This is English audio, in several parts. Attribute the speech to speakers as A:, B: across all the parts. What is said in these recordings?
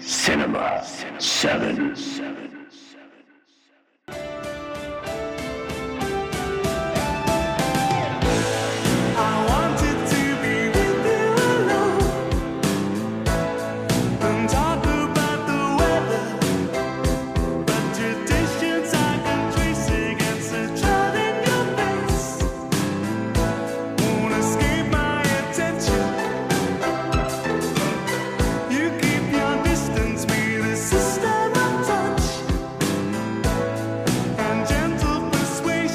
A: Cinema, Seven. seven.
B: I wanted to be with you alone and talk about the weather, but traditions I can trace against the child in your face won't escape my attention. You keep your distance, be the system of touch and gentle persuasion.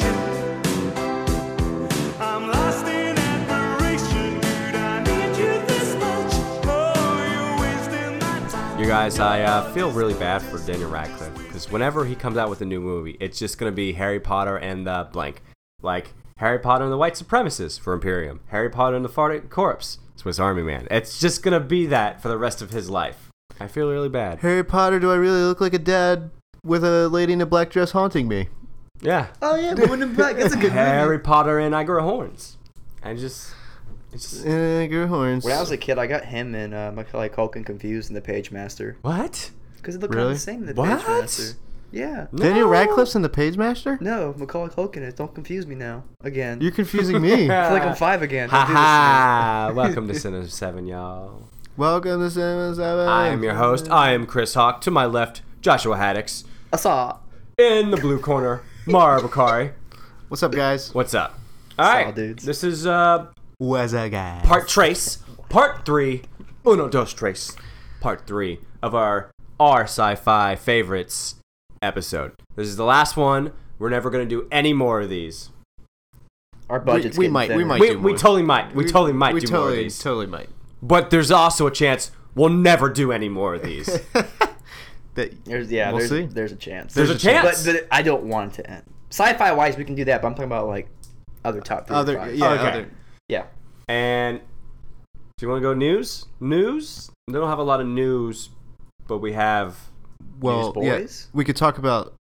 B: I'm lost in admiration, dude. I need you this much. Oh, you're wasting my time.
C: You guys, I uh, feel really bad for Daniel Radcliffe because whenever he comes out with a new movie, it's just going to be Harry Potter and the blank. Like Harry Potter and the White Supremacists for Imperium, Harry Potter and the Farting Corpse, Swiss Army Man. It's just going to be that for the rest of his life. I feel really bad.
D: Harry Potter, do I really look like a dad with a lady in a black dress haunting me?
C: Yeah.
E: Oh yeah, Moon in Black. That's a good movie.
C: Harry Potter and I Grow Horns. I just. It's just
D: Uh, your horns.
E: When I was a kid, I got him and uh, Macaulay Culkin confused in The Page Master
C: what?
E: because it looked kind
D: Really?
E: of the same. in The
C: What?
E: Page Master. Yeah.
D: Daniel
C: No.
D: Radcliffe's in The Pagemaster?
E: No, Macaulay Culkin. is- Don't confuse me now. Again.
D: You're confusing me.
E: I feel like I'm five again.
C: Ha ha!
E: Don't do this to me.
C: Welcome to Cinema 7, y'all.
D: Welcome to Cinema 7.
C: I am your host. I am Chris Hawk. To my left, Joshua Haddocks.
E: I saw.
C: In the blue corner, Mara Bakari.
D: What's up, guys?
C: What's up? All right,
E: dudes.
C: This is uh,
D: What's up, guys?
C: part trace, part three. Uno dos tres, part three of our our sci-fi favorites episode. This is the last one. We're never gonna do any more of these.
E: Our budget's
D: we
E: getting
D: might- we
E: thinner.
D: might-
C: We,
D: do
C: we
D: more.
C: totally might. We, totally might
D: we
C: do
D: totally,
C: more of these.
D: Totally might.
C: but there's also a chance we'll never do any more of these.
D: That,
E: There's, yeah,
D: We'll
E: there's,
D: see.
E: there's a chance.
C: There's a chance.
E: But, but I don't want it to end. Sci-fi wise, we can do that, but I'm talking about like other top three. or
D: other,
E: five. Oh,
D: yeah,
C: Okay.
D: other.
E: yeah.
C: And do you want to go news? News? We don't have a lot of news, but we have
D: Well, yeah,
E: Newsboys?
D: we could talk about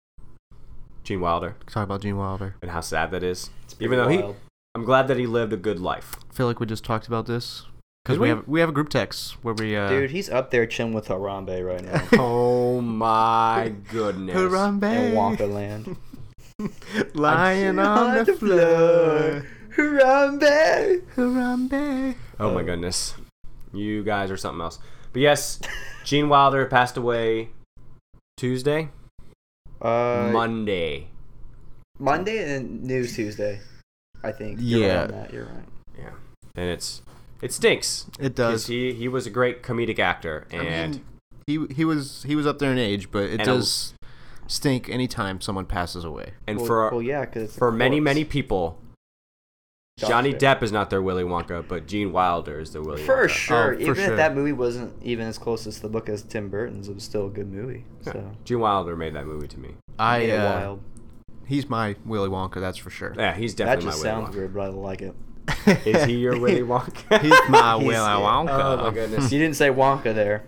C: Gene Wilder
D: talk about Gene Wilder.
C: and how sad that is.
E: pretty
C: Even though he,
E: wild.
C: I'm glad that he lived a good life.
D: I feel like we just talked about this because
C: Did
D: we
C: we?
D: have we have a group text where we uh,
E: Dude, he's up there chilling with Harambe right now
C: Oh my goodness!
D: Harambe,
E: in Wampa Land.
D: lying on the floor,
E: Harambe.
D: Harambe.
C: Oh my goodness! You guys are something else. But yes, Gene Wilder passed away Tuesday,
E: Uh,
C: Monday.
E: Monday and News Tuesday, I think.
D: Yeah.
E: You're right on that. You're right.
C: Yeah, and it's it stinks
D: It
C: 'cause
D: does.
C: he he was a great comedic actor
D: I mean,
C: and.
D: he he was he was up there in age, but it
C: And a-
D: does stink anytime someone passes away.
C: and
E: Well,
C: for
E: well, yeah, 'cause it's a
C: for many
E: corpse.
C: many people
E: Doctor.
C: Johnny Depp is not their Willy Wonka, but Gene Wilder is their Willy
E: For
C: Wonka.
D: for
E: sure. even
D: sure.
E: if that movie wasn't even as close as the book as Tim Burton's, it was still a good movie. So
C: Gene Wilder made that movie to me.
D: I
E: Made it
D: uh,
E: wild.
D: he's my Willy Wonka, that's for sure.
C: Yeah, he's
E: That
C: definitely my
E: just sounds
C: Willy
E: weird, but I like it.
C: Wonka. Is he your Willy Wonka?
D: he's my Willy
E: yeah.
D: Wonka.
C: oh my goodness.
E: you didn't say Wonka there.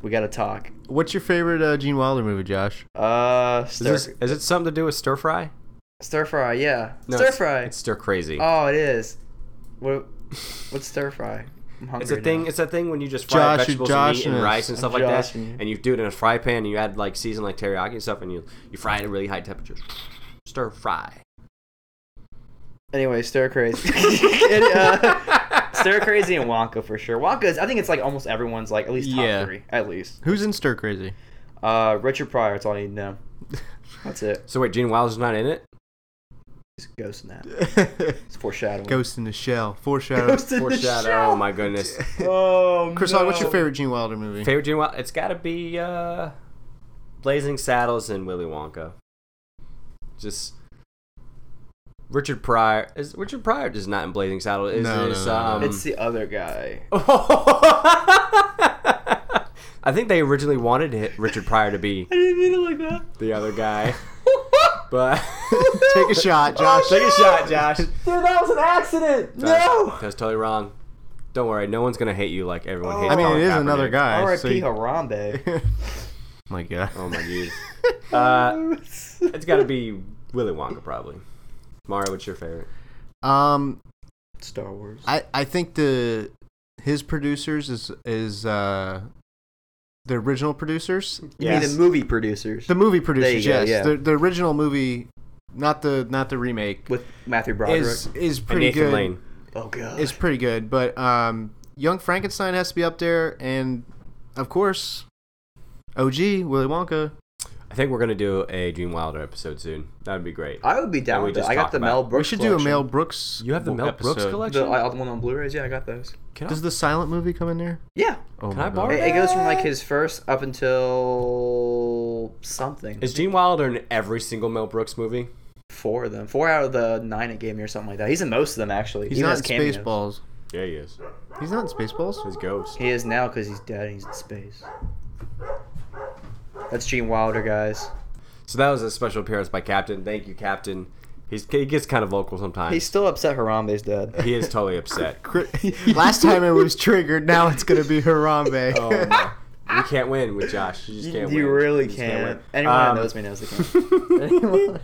E: We gotta talk.
D: What's your favorite uh, Gene Wilder movie, Josh?
E: Uh,
C: Is,
E: stir,
C: this, is it something to do with stir fry?
E: stir fry, yeah. stir
C: it's-
E: fry.
C: It's, stir crazy.
E: oh, it is. What? What's stir fry? I'm hungry.
C: it's a
E: now.
C: thing. It's a thing when you just fry
D: Josh, you're
C: vegetables and meat
D: joshing
C: and
D: us.
C: rice and stuff
E: I'm
C: like that,
E: joshing you.
C: and you do it in a fry pan and you add like season like teriyaki and stuff, and you you fry it at really high temperatures. Stir fry.
E: Anyway, stir crazy. It, uh, stir crazy and Wonka for sure. Wonka is. I think it's like almost everyone's like at least top
D: Yeah.
E: three, at least.
D: Who's in Stir Crazy?
E: Uh, Richard Pryor. That's all you need to know. That's it.
C: So wait, Gene Wilder's not in it.
E: He's a ghost in that. It's foreshadowing.
D: Ghost in the Shell. Foreshadow.
E: Ghost in the
C: Foreshadow.
E: shell.
C: Oh my goodness.
E: Oh,
D: Chris, Hogg, what's your favorite Gene Wilder movie?
C: Favorite Gene Wilder? It's got to be uh, Blazing Saddles and Willy Wonka. Just Richard Pryor is Richard Pryor just not in Blazing Saddles. Is,
D: No, no,
C: is,
D: no, no.
C: um,
E: It's the other guy.
C: I think they originally wanted hi- Richard Pryor to be
E: I didn't mean it like that.
C: the other guy, but
D: Take a shot, Josh.
C: take a shot, Josh.
E: Dude, that was an accident.
C: That's- that's totally wrong. Don't worry, no one's gonna hate you like
E: Oh.
C: everyone hates.
D: I mean,
C: Colin
D: it is
C: Kaepernick.
D: another guy. so
E: R.I.P.
D: you-
E: Harambe.
D: my God.
E: Um,
C: Oh my geez. Uh, it's got to be Willy Wonka, probably. Mario, what's your favorite?
D: Um,
E: Star Wars.
D: I I think the his producers is is uh the original producers,
E: You mean
C: Yes.
E: the movie producers
D: the movie producers.
E: go,
D: Yes,
E: yeah.
D: the, the original movie, not the not the remake,
E: with Matthew Broderick?
D: is is
C: And
D: pretty
C: Nathan
D: good.
C: Lane.
E: oh god.
D: It's pretty good, but um, Young Frankenstein has to be up there, and of course, OG Willy Wonka.
C: I think we're gonna do a Gene Wilder episode soon. That'd be great.
E: I would be down
C: we
E: with it.
C: just
E: I got
C: talked
E: the
C: about
E: Mel
C: it. We
E: Brooks.
D: We should do a
E: collection.
D: Mel Brooks.
C: you have the Mel Brooks
D: episode.
C: collection.
E: The I- the one on Blu-rays. Yeah, I got those.
C: can,
D: Does
C: I,
D: the silent movie come in there?
E: Yeah.
D: Oh
C: can
D: my
C: I
D: God.
C: borrow?
E: It, it goes from like his first up until something.
C: Is Gene Wilder in every single Mel Brooks movie?
E: four of them. Four out of the nine it gave me or something like that. He's in most of them actually.
D: He's
E: Even
D: not
E: his
D: in
E: cameos.
D: Spaceballs.
C: Yeah, he is.
D: He's not in Spaceballs.
C: His ghost.
E: He is now because he's dead and he's in space. That's Gene Wilder, guys.
C: So that was a special appearance by Captain. Thank you, Captain. He's, he gets kind of vocal sometimes.
E: He's still upset Harambe's dead.
C: he is totally upset.
D: Last time it was triggered. Now it's gonna be Harambe.
C: Oh, no. You can't win with Josh. You just
E: You,
C: can't
E: you
C: win.
E: really
C: just
E: can't.
C: win.
E: Anyone
C: Um,
E: that knows me knows they can't. Anyone?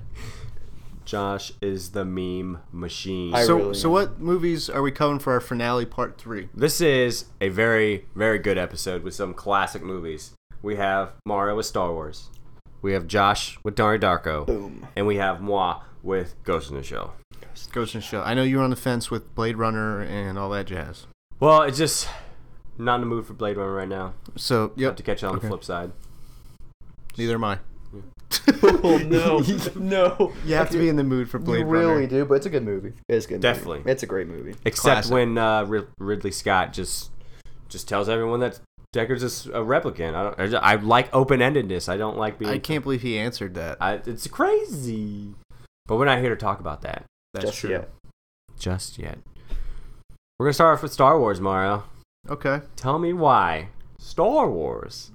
C: Josh is the meme machine.
E: I
D: so,
E: really
D: so
E: am.
D: what movies are we covering for our finale part three?
C: This is a very, very good episode with some classic movies. We have Mario with Star Wars. We have Josh with Donnie Darko.
E: Boom.
C: And we have moi with Ghost in the Shell.
D: Ghost in the Shell. I know you were on the fence with Blade Runner and all that jazz.
C: Well, it's just not in the mood for Blade Runner right now.
D: So,
C: Have
D: yep.
C: to catch it on
D: Okay.
C: the flip side.
D: Neither am I.
E: Oh no, no.
D: You have to be in the mood for Blade
E: you really
D: Runner.
E: do, but it's a good movie. It's a good. movie.
C: Definitely.
E: it's a great movie.
C: Except
D: Classic.
C: when uh, Rid- Ridley Scott just just tells everyone that Deckard's just a replicant. I don't. I, just- I like open endedness. I don't like being.
D: I can't believe he answered that.
C: I, it's crazy. But we're not here to talk about that
D: That's
E: Just
D: true.
E: yet.
C: just yet. We're gonna start off with Star Wars, Mario.
D: Okay.
C: Tell me why Star Wars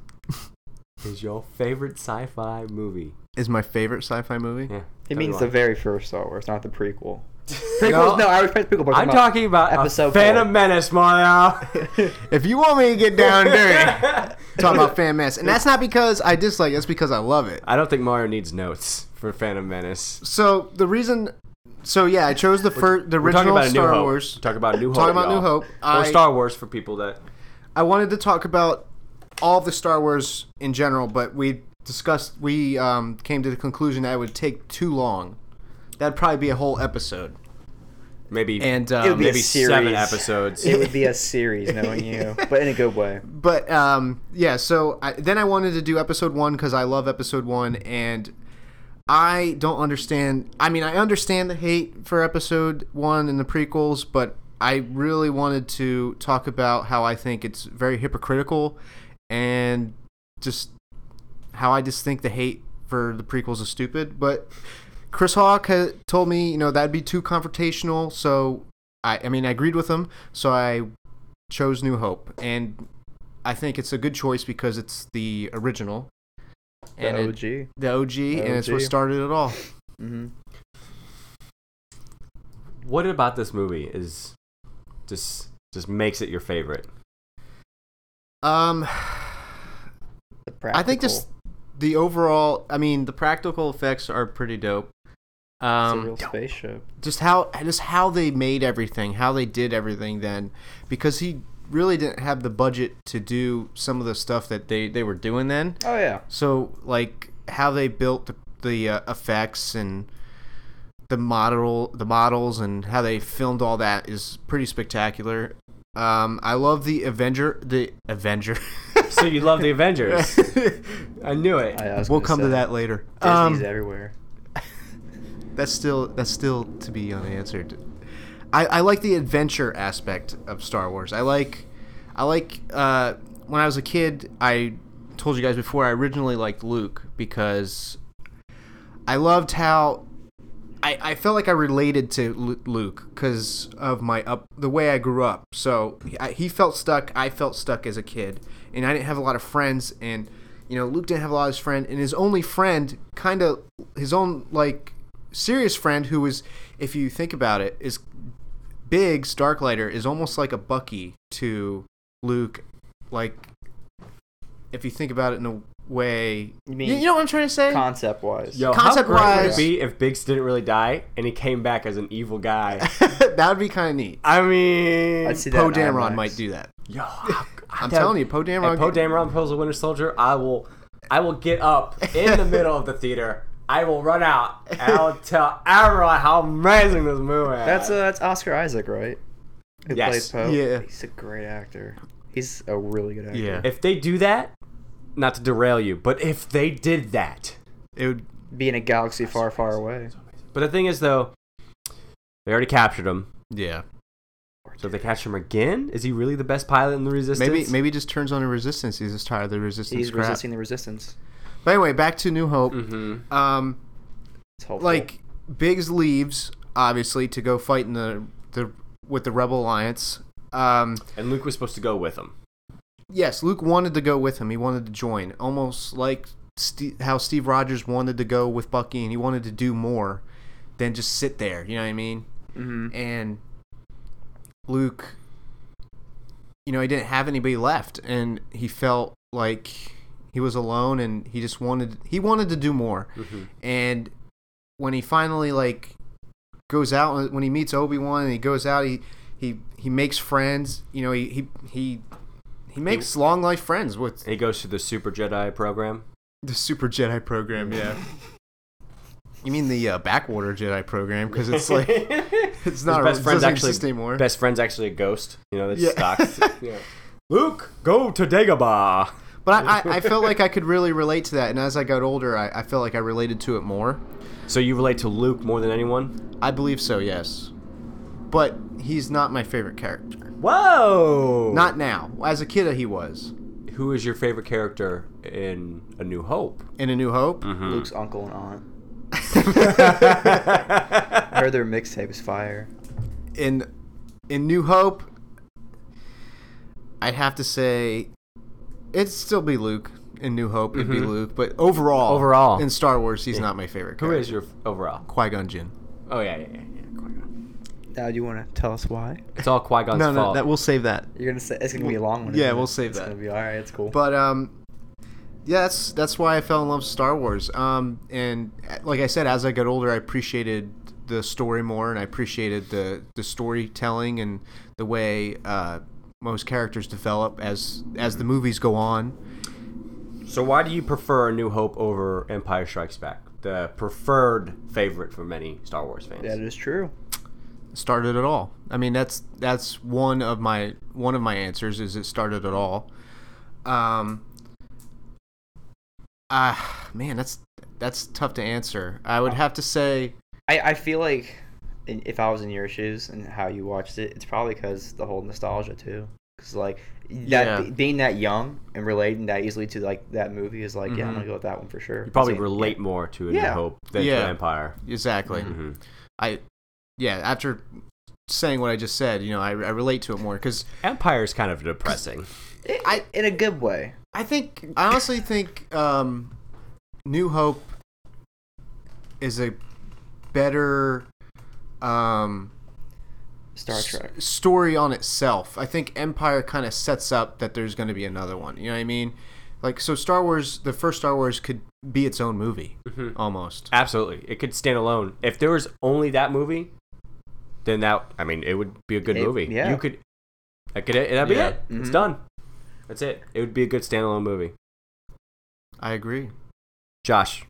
C: is your favorite sci-fi movie.
D: Is my favorite sci-fi movie?
C: Yeah.
E: It
C: tell me
E: means
C: why.
E: the very first Star Wars, not the prequel.
C: No.
E: Prequels? No, I respect prequel. but
C: I'm talking about
E: episode
C: a Phantom
E: four.
C: Menace, Mario.
D: If you want me to get down and dirty, talk about fan mess, and that's not because I dislike. it, That's because I love it.
C: I don't think Mario needs notes for Phantom Menace.
D: So the reason, so yeah, I chose the first, the
C: We're talking
D: original
C: about a New
D: Star
C: Hope.
D: Wars.
C: Talk about New Hope.
D: Talking about
C: y'all.
D: New Hope.
C: Or
D: I-
C: Star Wars for people that.
D: I wanted to talk about all the Star Wars in general, but we discussed, we um, came to the conclusion that it would take too long. That'd probably be a whole episode.
C: Maybe
D: And
E: It would
D: um,
E: be a
C: maybe seven
E: series.
C: episodes.
E: It would be a series, knowing you, but in a good way.
D: but um, yeah, so I, then I wanted to do episode one because I love episode one, and I don't understand. I mean, I understand the hate for episode one and the prequels, but I really wanted to talk about how I think it's very hypocritical and just how I just think the hate for the prequels is stupid. But Chris Hawk had told me, you know, that'd be too confrontational, so I, I mean, I agreed with him, so I chose New Hope, and I think it's a good choice because it's the original. And
E: The
D: it-
E: OG.
D: the OG, and it's what
E: OG.
D: started it all.
E: hmm
C: What about this movie is just just makes it your favorite?
D: Um,
E: The
D: I think just the overall. I mean, the practical effects are pretty dope.
E: practical.
D: Um,
E: It's a real spaceship.
D: just how just how they made everything, how they did everything then, because he really didn't have the budget to do some of the stuff that they they were doing then.
E: Oh yeah.
D: So like how they built the, the uh, effects and the model the models and how they filmed all that is pretty spectacular. Um, I love the Avenger the Avenger.
C: So you love the Avengers? I knew it.
E: I, I was
D: we'll
E: gonna
D: come to
E: say,
D: that later.
E: Disney's
D: Um,
E: everywhere.
D: that's still that's still to be unanswered. I, I like the adventure aspect of Star Wars. I like I like uh, when I was a kid. I told you guys before. I originally liked Luke because I loved how I, I felt like I related to Lu- Luke because of my up the way I grew up. So I, he felt stuck. I felt stuck as a kid, and I didn't have a lot of friends. And you know, Luke didn't have a lot of his friend, and his only friend, kind of his own like serious friend, who was, if you think about it, is Biggs Darklighter is almost like a Bucky to Luke, like if you think about it in a way.
E: You
D: You,
E: mean
D: you know what I'm trying to say?
E: concept wise?
C: Yo,
D: Concept
C: how great would it
D: wise-
C: be if Biggs didn't really die and he came back as an evil guy?
D: that would be kind of neat.
C: I mean,
E: I'd see that
D: Poe
E: in
D: Dameron
E: IMAX.
D: might do that.
C: yo, I, I
D: I'm telling you, Poe Dameron.
C: If Poe Dameron pulls a Winter Soldier, I will, I will get up in the middle of the theater. I will run out and I'll tell everyone how amazing this movie is.
E: That's uh, that's Oscar Isaac, right? Who
C: Yes.
E: plays Poe?
D: Yeah.
E: He's a great actor. He's a really good actor.
D: Yeah.
C: if they do that, not to derail you, but if they did that,
D: it would,
E: Be in a galaxy far, far away.
C: but the thing is though, they already captured him.
D: yeah.
C: So if they catch him again, is he really the best pilot in the Resistance?
D: Maybe maybe he just turns on a resistance. He's just tired of the resistance
E: He's
D: crap.
E: resisting Mm. the resistance.
D: But anyway, back to New Hope.
C: hmm
D: Um,
E: It's hopeful.
D: like Biggs leaves obviously to go fight in the the with the Rebel Alliance. Um,
C: And Luke was supposed to go with him.
D: yes, Luke wanted to go with him. He wanted to join, almost like Ste how Steve Rogers wanted to go with Bucky, and he wanted to do more than just sit there. You know what I mean?
E: Mhm.
D: And Luke, you know, he didn't have anybody left, and he felt like he was alone, and he just wanted he wanted to do more. And when he finally like goes out, when he meets Obi Wan, and he goes out, he he he makes friends. You know, he he he, he makes long life friends with
C: And he goes through the Super Jedi program.
D: the Super Jedi program. Yeah. You mean the uh, backwater Jedi program? Because it's like it's
C: His
D: not a-
C: best
D: it
C: friend's
D: doesn't
C: actually
D: exist anymore.
C: best friend's actually a ghost. You know, that just
D: Yeah.
C: stalks. yeah. Luke, go to Dagobah.
D: But I, I, I felt like I could really relate to that, and as I got older, I, I felt like I related to it more.
C: So you relate to Luke more than anyone?
D: I believe so, yes. But he's not my favorite character.
C: Whoa!
D: Not now. As a kid, he was.
C: who is your favorite character in A New Hope?
D: In A New Hope,
E: Luke's uncle and aunt.
C: Mm.
E: I heard their mixtape is fire.
D: in in New Hope, I'd have to say it'd still be Luke. In New Hope, it'd be
E: Mm-hmm.
D: Luke. But overall,
C: Overall.
D: in Star Wars, he's not my favorite.
C: Who
D: character.
C: is your f- overall?
D: Qui Gon Jinn?
C: Oh yeah, yeah, yeah. yeah. Qui-Gon.
E: Now, do you want to tell us why?
C: It's all Qui Gon's
D: No, no,
C: fault.
D: that we'll save that.
E: You're gonna say it's gonna be a long one.
D: Yeah,
E: isn't
D: we'll
E: it?
D: save
E: it's
D: that.
E: Gonna be all right. It's cool.
D: But um, yeah, that's that's why I fell in love with Star Wars. Um, and uh, like I said, as I got older, I appreciated the story more, and I appreciated the the storytelling and the way uh, most characters develop as as the movies go on.
C: so why do you prefer A New Hope over Empire Strikes Back? The preferred favorite for many Star Wars fans.
E: that is true.
D: Started it all. I mean, that's that's one of my one of my answers is it started it all. Um. Ah, man, that's that's tough to answer. I would have to say
E: I, I feel like in- if I was in your shoes and how you watched it, it's probably because the whole nostalgia too. Because like that
D: Yeah.
E: be- being that young and relating that easily to like that movie is like yeah, I'm gonna go with that one for sure.
C: Mm-hmm. You probably
E: Same-
C: relate more to A New
E: Yeah.
C: Hope than
D: Yeah.
C: to Empire.
D: exactly. I, yeah, after saying what I just said, you know, I, I relate to it more because
C: Empire is kind of depressing.
E: yeah. I,
D: I-
E: in a good way.
D: I think I honestly think um, New Hope is a better um,
E: Star
D: s-
E: Trek.
D: story on itself. I think Empire kind of sets up that there's going to be another one. You know what I mean? Like so, Star Wars, the first Star Wars could be its own movie almost.
C: Absolutely, it could stand alone. If there was only that movie, then that I mean, it would be a good
E: It-
C: movie.
E: yeah.
C: you could. That could that'd be
D: Yeah.
C: it. It's
E: Mhm.
C: done. That's it. It would be a good standalone movie.
D: I agree.
C: Josh,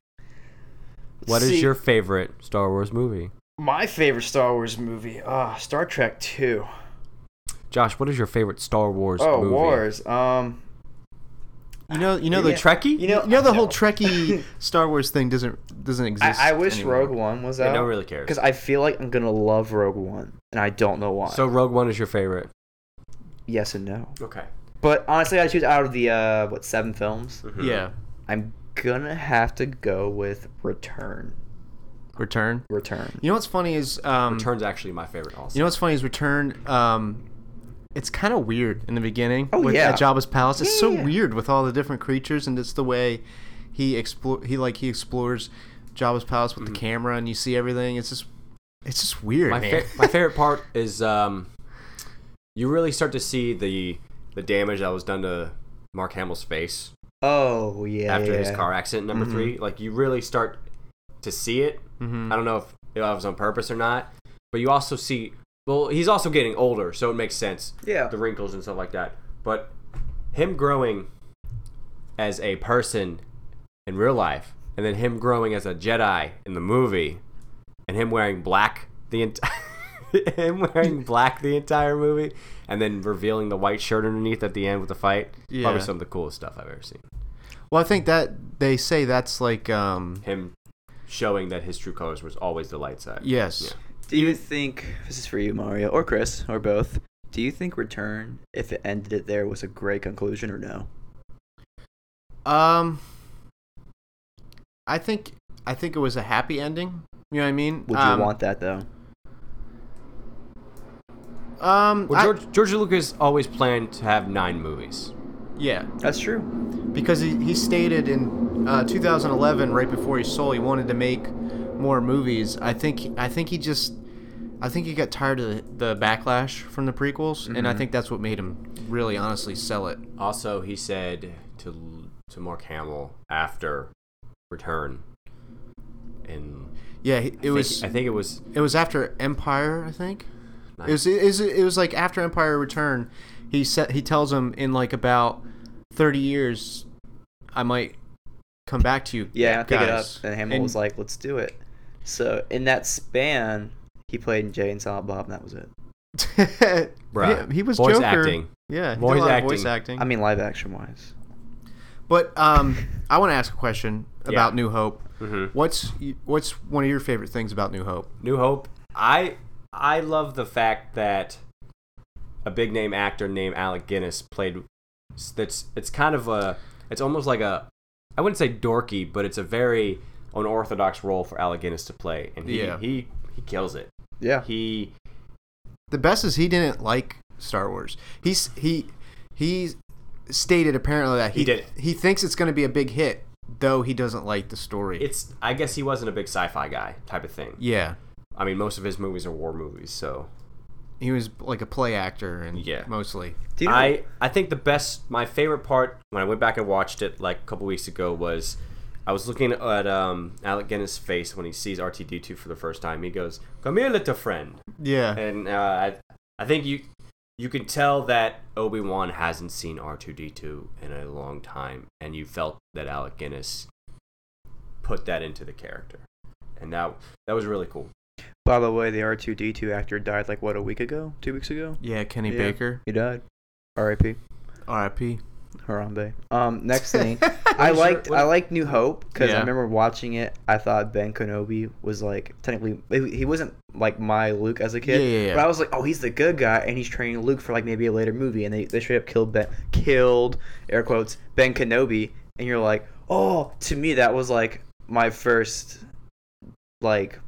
C: what is
E: See,
C: your favorite Star Wars movie?
E: my favorite Star Wars movie? Ah, Star Trek Two.
C: Josh, what is your favorite Star Wars
E: Oh,
C: movie?
E: Wars. Um,
D: You know, you know
C: The
D: the
E: Yeah.
C: Trekkie?
E: you know,
D: you know the whole
E: no.
D: Trekkie Star Wars thing doesn't doesn't exist.
E: I, I wish
D: anymore.
E: Rogue One was
C: Yeah,
E: out.
C: no one really cares.
E: Because I feel like I'm gonna love Rogue One, and I don't know why.
C: So Rogue One is your favorite.
E: yes and no.
C: Okay.
E: But honestly, I choose out of the uh, what seven films.
D: Yeah,
E: I'm gonna have to go with Return.
D: Return.
E: Return.
D: You know what's funny is um,
C: Return's actually my favorite also.
D: You know what's funny is Return. Um, it's kind of weird in the beginning
E: Oh,
D: with
E: yeah.
D: at Jabba's palace. It's so
E: Yeah.
D: weird with all the different creatures and it's the way he explore. He like he explores Jabba's palace with the camera and you see everything. It's just it's just weird,
C: my,
D: man.
C: fa- my favorite part is um, you really start to see the the damage that was done to Mark Hamill's face
E: Oh yeah.
C: after
E: yeah,
C: his
E: yeah. Mm-hmm.
C: car accident number three. Like you really start to see it. I don't know if it was on purpose or not, but you also see. Well, he's also getting older, so it makes sense.
E: Yeah.
C: the wrinkles and stuff like that. But him growing as a person in real life, and then him growing as a Jedi in the movie, and him wearing black the entire. Him wearing black the entire movie, and then revealing the white shirt underneath at the end with the fight.
D: Yeah.
C: Probably some of the coolest stuff I've ever seen.
D: Well, I think that they say that's like um
C: Him showing that his true colors was always the light side.
D: yes.
E: Do you think this is for you, Mario, or Chris, or both? Do you think Return, if it ended it there, was a great conclusion or no?
D: Um I think I think it was a happy ending. You know what I mean?
E: Would you
D: um,
E: want that though?
D: Um
C: Well,
D: I-
C: George, George Lucas always planned to have nine movies.
D: yeah.
E: That's true.
D: because he, he stated in uh, 2011 right before he sold he wanted to make more movies i think i think he just i think he got tired of the, the backlash from the prequels and
C: Mm-hmm.
D: i think that's what made him really honestly sell it
C: Also, he said to to Mark Hamill after Return, and
D: yeah he- it
C: I
D: was
C: think, I think it was
D: it was after empire i think it was it, was- it was like after empire return he said he tells him in like about 30 years i might come back to you
E: Yeah, pick it up.
D: guys."
E: And Hamill was like, "Let's do it." So in that span, he played in Jay and Silent Bob, and that was it.
C: Bruh.
D: he, he was
C: voice
D: Joker.
C: acting.
D: Yeah, he did
C: Voice
D: a lot of
C: acting.
D: voice acting.
E: I mean, live action wise.
D: but um, I want to ask a question about
C: Yeah. Mm-hmm.
D: New Hope. What's y- what's one of your favorite things about New Hope?
C: New Hope. I I love the fact that a big name actor named Alec Guinness played. That's it's kind of a it's almost like a I wouldn't say dorky, but it's a very unorthodox role for Alec Guinness to play, and he
D: Yeah.
C: he he kills it.
E: Yeah.
C: He
D: The best is he didn't like Star Wars. He's he he stated apparently that he,
C: He did.
D: he thinks it's going to be a big hit, though he doesn't like the story.
C: it's I guess he wasn't a big sci-fi guy type of thing.
D: yeah,
C: I mean, most of his movies are war movies, so
D: he was like a play actor and
C: Yeah.
D: mostly.
E: Do you know,
C: I I think the best my favorite part when I went back and watched it like a couple weeks ago was I was looking at um, Alec Guinness' face when he sees RTD2 for the first time. He goes, "Come here, little friend,"
D: Yeah,
C: and uh, I I think you you can tell that Obi Wan hasn't seen R2D2 in a long time, and you felt that Alec Guinness put that into the character, and that that was really cool.
E: by the way, the R two D two actor died like what a week ago, two weeks ago.
D: yeah. Kenny
E: Yeah.
D: Baker,
E: He died. R.I.P.
D: R.I.P.
E: Harambe. Um, next thing, I liked I liked New Hope because
D: Yeah.
E: I remember watching it. I thought Ben Kenobi was like technically he he wasn't like my Luke as a kid,
D: Yeah, yeah, yeah.
E: but I was like, oh, he's the good guy, and he's training Luke for like maybe a later movie, and they they straight up killed Ben killed air quotes Ben Kenobi, and you're like, oh, to me that was like my first like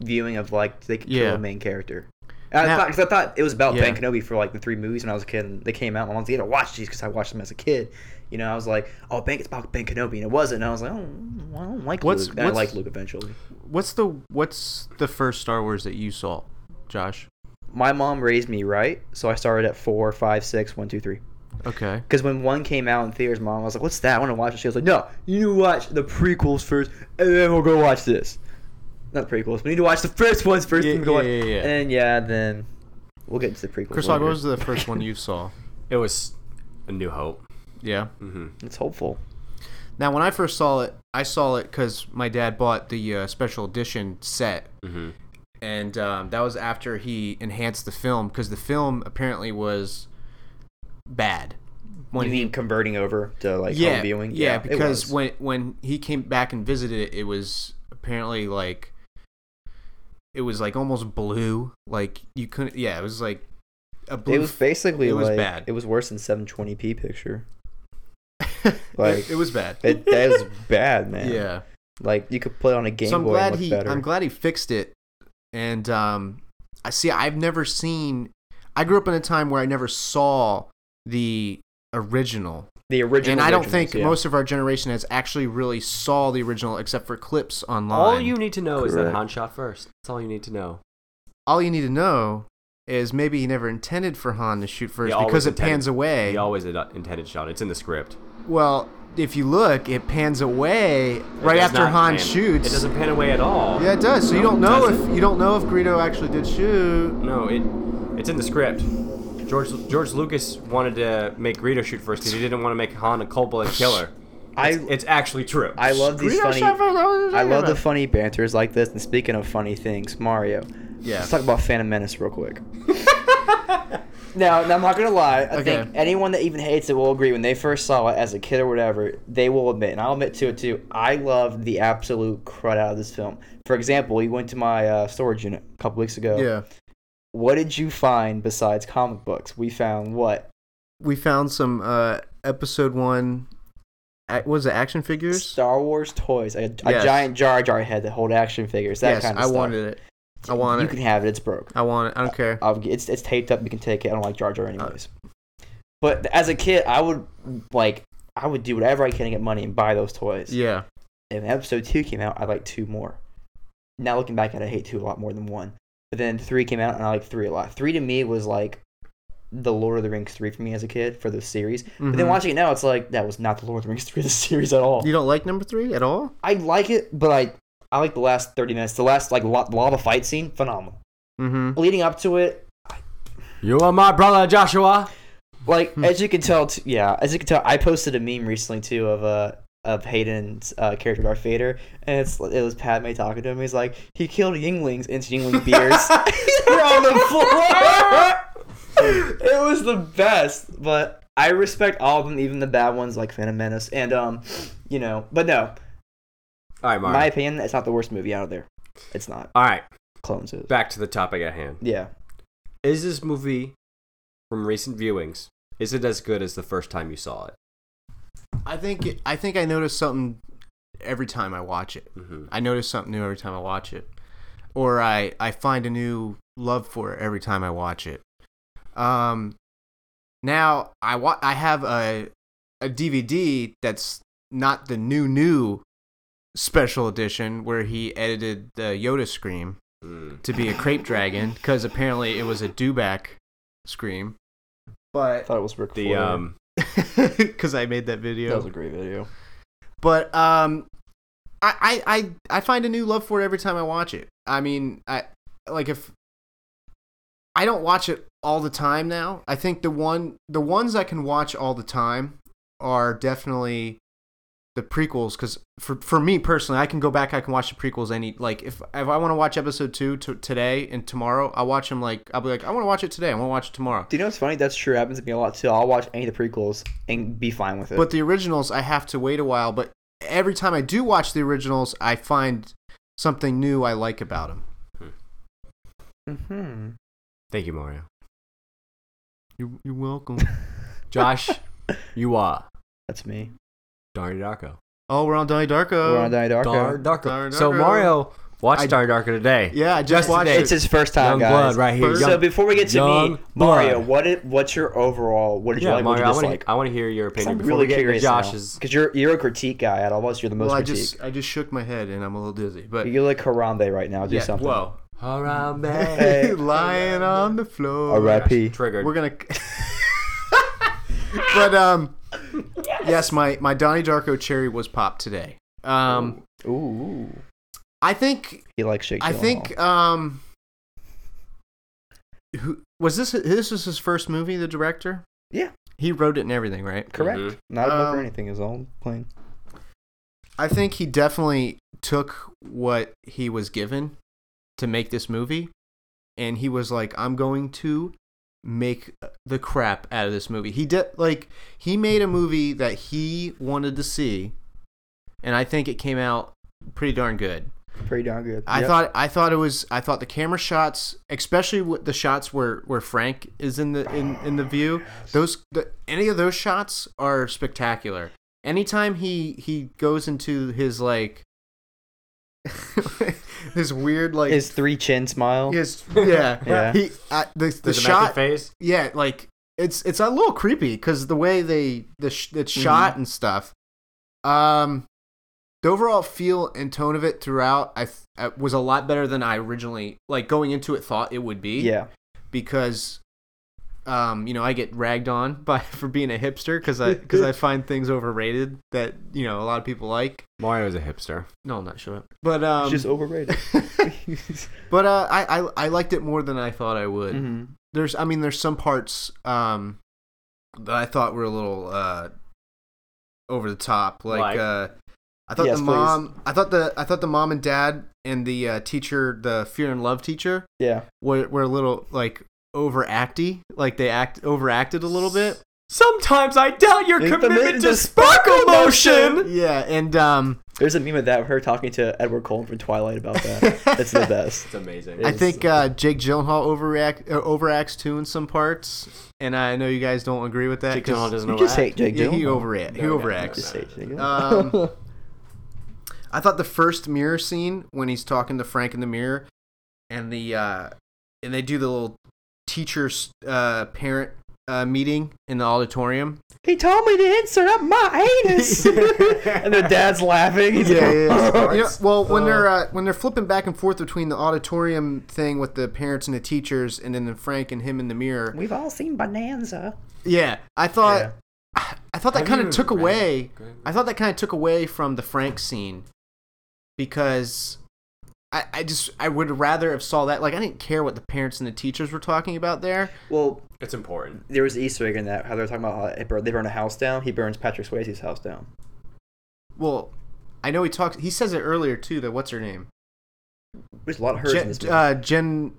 E: viewing of like they could
D: Yeah.
E: kill a main character. And I
D: Now-
E: thought, cause I thought it was about
D: Yeah.
E: Ben Kenobi for like the three movies when I was a kid. And they came out. My mom's like, "You gotta watch these because I watched them as a kid. You know, I was like, oh, Ben, it's about Ben Kenobi, and it wasn't. And I was like, oh, I don't like
D: What's-
E: Luke. And I
D: what's-
E: like Luke eventually.
D: What's the what's the first Star Wars that you saw, Josh?
E: My mom raised me right, so I started at four, five, six, one, two, three.
D: Okay.
E: Because when one came out in theaters, mom was like, "What's that? I want to watch it." She was like, "No, you need to watch the prequels first, and then we'll go watch this." Not prequels. We need to watch the first ones first.
D: Yeah,
E: and, go
D: yeah,
E: watch-
D: yeah, yeah.
E: and then yeah, then we'll get into the prequels.
D: Chris, what
E: later.
D: was the first one you saw?
C: It was a New Hope.
D: Yeah.
E: It's hopeful.
D: Now, when I first saw it, I saw it because my dad bought the uh, special edition set, and um, that was after he enhanced the film because the film apparently was bad. When
E: You
D: he-
E: mean converting over to like
D: yeah,
E: home viewing?
D: yeah,
E: it
D: because
E: was.
D: when when he came back and visited it, it was apparently like it was like almost blue, like you couldn't. Yeah, it was like a blue.
E: it was basically
D: it was
E: like,
D: bad.
E: It was worse than 720p picture.
D: it-
E: like-
D: it was bad.
E: It that is bad, man.
D: yeah.
E: like you could play it on a Game
D: so I'm
E: Boy
D: glad
E: and look
D: he
E: better.
D: I'm glad he fixed it. And um, I see. I've never seen. I grew up in a time where I never saw the original,
E: the original,
D: and I don't
E: originals,
D: think
E: yeah.
D: most of our generation has actually really saw the original except for clips online.
C: All you need to know is that
E: Correct.
C: Han shot first. That's all you need to know.
D: all you need to know is maybe he never intended for Han to shoot first
C: always
D: because it
C: intended-
D: pans away.
C: He always had a- intended shot. It's in the script.
D: well, if you look, it pans away right
C: It does
D: after
C: not
D: Han
C: pan-
D: shoots.
C: It doesn't pan away at all.
D: yeah, it does. So you
C: No,
D: don't
C: it
D: know
C: doesn't.
D: if you don't know if Greedo actually did shoot.
C: No, it it's in the script. George George Lucas wanted to make Greedo shoot first because he didn't want to make Han a cold-blooded killer.
E: I
C: It's actually true.
E: I love these
D: Greedo
E: funny.
D: shot first, I wasn't
E: I
D: talking
E: love
D: about
E: the
D: it.
E: funny banters like this. And speaking of funny things, Mario.
D: Yeah.
E: Let's talk about Phantom Menace real quick. now, now, I'm not gonna lie. I
D: Okay.
E: think anyone that even hates it will agree when they first saw it as a kid or whatever, they will admit, and I'll admit to it too. I loved the absolute crud out of this film. For example, we went to my uh, storage unit a couple weeks ago.
D: Yeah.
E: What did you find besides comic books? We found what
D: We found some uh, episode one. a- What was it action figures?
E: Star Wars toys, a, a
D: Yes.
E: giant Jar Jar head that hold action figures, that
D: yes,
E: kind
D: I
E: of stuff.
D: wanted it. I want
E: you
D: it.
E: can have it. It's broke.
D: I want it. I don't care.
E: I'll get- it's it's taped up. You can take it. I don't like Jar Jar anyways. but as a kid, I would like I would do whatever I can to get money and buy those toys.
D: yeah.
E: And when episode two came out, I liked two more. Now looking back at it, I hate two a lot more than one. But then three came out, and I like three a lot. Three to me was like the Lord of the Rings three for me as a kid for the series. But then
D: Mhm.
E: watching it now, it's like that was not the Lord of the Rings three of the series at all.
D: You don't like number three at all?
E: I like it, but I I like the last thirty minutes. The last like lo- lava fight scene, phenomenal.
D: Mm-hmm.
E: Leading up to it,
C: you are my brother Joshua.
E: like as you can tell, t- yeah, as you can tell, I posted a meme recently too of uh of Hayden's uh, character Darth Vader, and it's it was Padme talking to him. He's like, he killed Yinglings, and it's Yingling beers were on the floor. it was the best, but I respect all of them, even the bad ones like Phantom Menace, and um, you know, but no,
C: All right, Mario.
E: my opinion, it's not the worst movie out of there. It's not
C: All right,
E: clones is.
C: back to the topic at hand.
E: Yeah,
C: Is this movie from recent viewings? Is it as good as the first time you saw it?
D: I think it, I think I notice something every time I watch it.
E: Mm-hmm.
C: Mhm.
D: I notice something new every time I watch it, or I I find a new love for it every time I watch it. Um, now I wa- I have a a DVD that's not the new new special edition where he edited the Yoda scream
C: Mm.
D: to be a crepe dragon because apparently it was a dewback scream.
E: I
D: But
E: thought it was Rick.
C: The
E: Flair.
C: um,
D: because I made that video,
E: that was a great video.
D: but um I, I i i find a new love for it every time i watch it i mean i like if i don't watch it all the time now i think the one the ones i can watch all the time are definitely the prequels because for, for me personally i can go back i can watch the prequels any like if, if i want to watch episode two to today and tomorrow i'll watch them like i'll be like i want to watch it today i want to watch it tomorrow
E: Do you know what's funny? That's true. Happens to me a lot too. I'll watch any of the prequels and be fine with it.
D: But the originals, I have to wait a while. But every time I do watch the originals, I find something new I like about them.
E: hmm
C: Mm-hmm. thank you, Mario.
D: You, you're welcome.
C: Josh, you are
E: that's me.
C: Darny Darko.
D: oh, we're on Donnie Darko.
E: We're on Donnie Darko.
C: Dar- Darko.
D: Darny
C: So
D: Darko.
C: Mario watched
D: I-
C: Darny Darko today.
D: Yeah, I just
C: Just
D: watched
C: today.
D: it.
E: it's his first
C: Young
E: time, guys.
C: blood right here.
D: First-
C: Young-
E: So before we get to
C: Young
E: me, Mario,
C: blood.
E: what did, what's your overall? What did you
C: yeah,
E: like?
C: Mario, I
E: what did
C: want
E: you
C: to I want to hear your opinion
E: I'm
C: before
E: really
C: we get into
E: curious.
C: Josh's.
E: because you're you're a critique guy at all of us. You're the most
D: well, I
E: critique.
D: just I just shook my head and I'm a little dizzy, but
E: You're like Harambe right now. Do
D: yeah,
E: something.
D: whoa,
C: Harambe.
E: Hey.
D: lying on the floor.
C: Oh,
E: R.I.P.
C: Triggered.
D: We're gonna. but um, yes. my my Donnie Darko cherry was popped today.
E: Oh.
D: Um,
E: Ooh,
D: I think
E: he likes Shake.
D: I think um who was this this was his first movie the director?
E: Yeah.
D: He wrote it and everything, right?
E: correct.
C: Mhm.
E: Not a book
D: Um,
E: or anything. Is all plain.
D: I think he definitely took what he was given to make this movie and he was like I'm going to make the crap out of this movie. He did like he made a movie that he wanted to see and I think it came out pretty darn good.
E: Pretty darn good.
D: I
E: Yep.
D: thought I thought it was I thought the camera shots, especially with the shots where where Frank is in the in, in the view, those the, any of those shots are spectacular. Anytime he he goes into his like his weird like
E: his three chin smile.
D: his- yeah
E: Yeah.
D: he I, the the
C: Does it match your
D: shot
C: face.
D: yeah like it's it's a little creepy because the way they the sh- it's shot and stuff um the overall feel and tone of it throughout i th- uh, was a lot better than i originally like going into it thought it would be
E: Yeah.
D: because um you know i get ragged on by for being a hipster because i because i find things overrated that you know a lot of people like
C: Mario's a hipster.
D: no I'm not sure but um
E: It's just overrated.
D: but uh I, I i liked it more than i thought i would
E: Mhm.
D: there's I mean there's some parts um that I thought were a little uh over the top like,
C: Like?
D: uh I thought
E: Yes,
D: the
E: please.
D: mom I thought the I thought the mom and dad and the uh, teacher the fear and love teacher
E: Yeah.
D: were, were a little like overacty like they act overacted a little bit
C: Sometimes I doubt your
E: Your
C: commitment,
E: commitment
C: to,
E: to
C: sparkle
E: motion.
C: motion.
D: yeah and um
E: There's a meme of that of her talking to Edward Cullen from Twilight about that. it's the best.
C: It's amazing.
D: I think uh, Jake Gyllenhaal overreact uh, overacts too in some parts and I know you guys don't agree with that
C: Jake
D: 'cause-
C: Gyllenhaal doesn't
E: You just
C: overact.
E: hate Jake
D: yeah, he
E: Gyllenhaal.
D: overreact he
C: No, no, no,
D: overacts
E: Just hate Jake Gyllenhaal.
D: Um, I thought the first mirror scene when he's talking to Frank in the mirror, and the uh, and they do the little teacher uh, parent uh, meeting in the auditorium.
E: he told me to insert up my anus, and the dad's laughing. He's like,
D: You know, well, when they're uh, when they're flipping back and forth between the auditorium thing with the parents and the teachers, and then the Frank and him in the mirror.
E: We've all seen Bonanza.
D: Yeah, I thought.
E: Yeah.
D: I thought that
C: Have
D: kind of
C: you
D: took
C: read
D: away.
C: Greg?
D: I thought that kind of took away from the Frank scene because I, I just I would rather have saw that. Like I didn't care what the parents and the teachers were talking about there.
E: Well,
C: It's important.
E: there was Easter egg in that how they were talking about how it bur- they burn a house down. He burns Patrick Swayze's house down.
D: Well, I know he talks. He says it earlier too. That what's her name?
E: There's a lot of hers in
D: Jen.
E: this movie.
D: Uh, Jen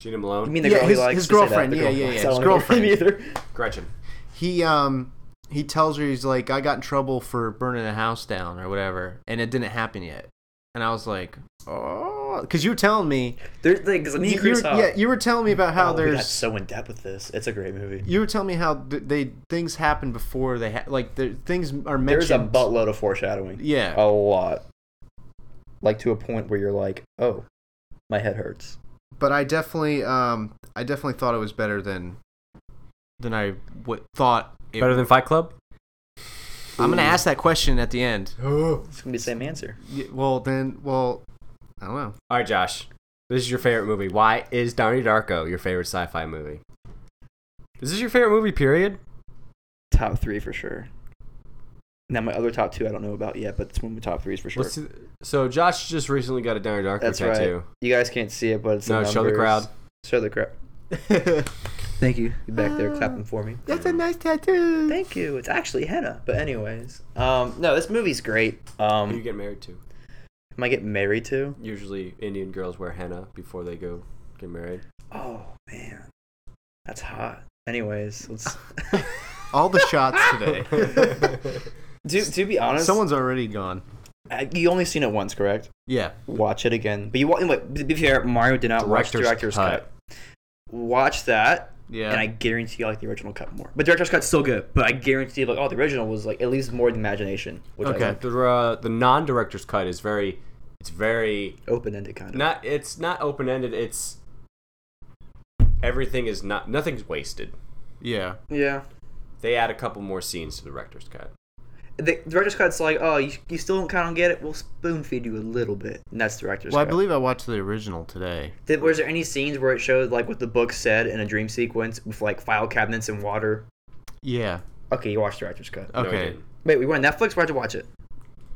C: Gina
E: you
C: Malone.
E: mean the
D: yeah,
E: girl
D: his-
E: he likes?
D: his
E: to say that, the
D: girlfriend, yeah, yeah, yeah,
E: I
D: his
E: don't like
D: girlfriend.
E: either.
C: Gretchen.
D: he um he tells her he's like I got in trouble for burning a house down or whatever, and it didn't happen yet. And I was like, oh, because you were telling me,
E: There's like 'cause I mean,
D: you, you
E: Chris
D: were,
E: Rock-
D: yeah, you were telling me about how
E: Oh, we
D: there's
E: got so in depth with this. It's a great movie.
D: You were telling me how th- they things happen before they ha- like the things are mentioned.
E: There's a Oh. buttload of foreshadowing.
D: Yeah.
E: a lot. Like to a point where you're like, oh, my head hurts.
D: but I definitely, um, I definitely thought it was better than than I w- thought. It,
C: Better than Fight Club.
D: I'm gonna ask that question at the end.
C: All
E: It's gonna be the same answer.
D: Y- Well, then, well, I don't know.
C: right, Josh. This is your favorite movie. Why is Donnie Darko your favorite sci-fi movie? Is this your favorite movie? Period.
E: Top three for sure. Now my other top two I don't know about yet, but it's one of my top threes for sure.
C: Let's see. So Josh just recently got a Donnie Darko
E: That's right.
C: tattoo.
E: You guys can't see it, but it's
C: No,
E: the
C: show the
E: numbers.
C: crowd.
E: Show the crowd. Thank you. You back
C: Uh,
E: there clapping for me.
D: That's a nice tattoo.
E: Thank you. It's actually henna. But anyways, um, no, this movie's great.
C: Who you
E: Um,
C: get married to?
E: am I getting married to?
C: Usually Indian girls wear henna before they go get married.
E: Oh man, that's hot. Anyways, let's.
D: All the shots today.
E: to, to be honest,
D: Someone's already gone.
E: I- Uh, you only seen it once, correct?
D: Yeah.
E: watch it again. But you wa- wait, to be fair, Mario did not watch
C: Director's
E: director's cut.
C: cut.
E: Watch that,
D: Yeah.
E: and I guarantee you like the original cut more. But director's cut's still good. But I guarantee like oh the original was like at least more than imagination, which I
D: Okay.
E: like.
C: The uh, the non-director's cut is very. It's very
E: Open ended kind of.
C: not. It's not open-ended. It's everything is not. Nothing's wasted.
D: yeah.
E: Yeah.
C: They add a couple more scenes to the director's cut.
E: The director's cut's like oh you, you still don't kind of get it. We'll spoon feed you a little bit, and that's director's
D: Well, I
E: cut.
D: believe I watched the original today.
E: Did, was there any scenes where it showed like what the book said in a dream sequence with like file cabinets and water?
D: Yeah.
E: Okay, you watched director's cut.
C: No, I
D: Okay.
C: didn't.
E: Wait, we were on Netflix. Why'd you watch it?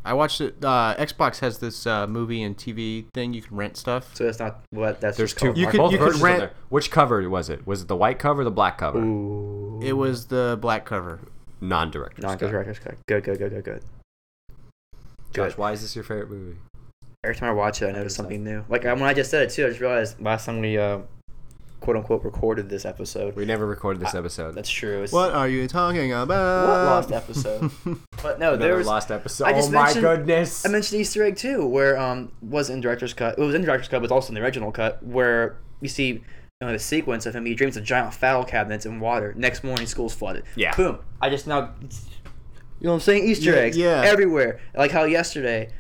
D: I watched it. Uh, Xbox has this uh, movie and TV thing you can rent stuff.
E: So that's not what that's.
C: There's
E: just
C: two.
E: called.
D: You
C: both
D: could- you could
C: versions of
D: rent-
C: there. Which cover was it? Was it the white cover, or the black cover?
E: Ooh.
D: It was the black cover.
C: Non-director's
E: Non
C: cut.
E: director's cut. Good, good, good, good, good.
C: Josh,
E: Good.
C: why is this your favorite movie?
E: Every time I watch it, I notice something new. Like I- when I just said it too, I just realized last time we, uh, quote unquote, recorded this episode.
C: We never recorded this episode.
E: That's true. It's
D: What are you talking about?
E: what lost
C: uh,
E: episode? but no,
C: Another
E: there was.
C: lost episode.
E: I just
C: oh my
E: mentioned-
C: goodness!
E: I mentioned Easter egg too, where um was in director's cut. It was in director's cut, but it's also in the original cut, where you see you know, the sequence of him. He dreams of giant foul cabinets and water. Next morning, school's flooded.
C: Yeah.
E: Boom. I just now. You know what I'm saying? Easter
D: Yeah,
E: eggs.
D: yeah.
E: Everywhere. Like how yesterday,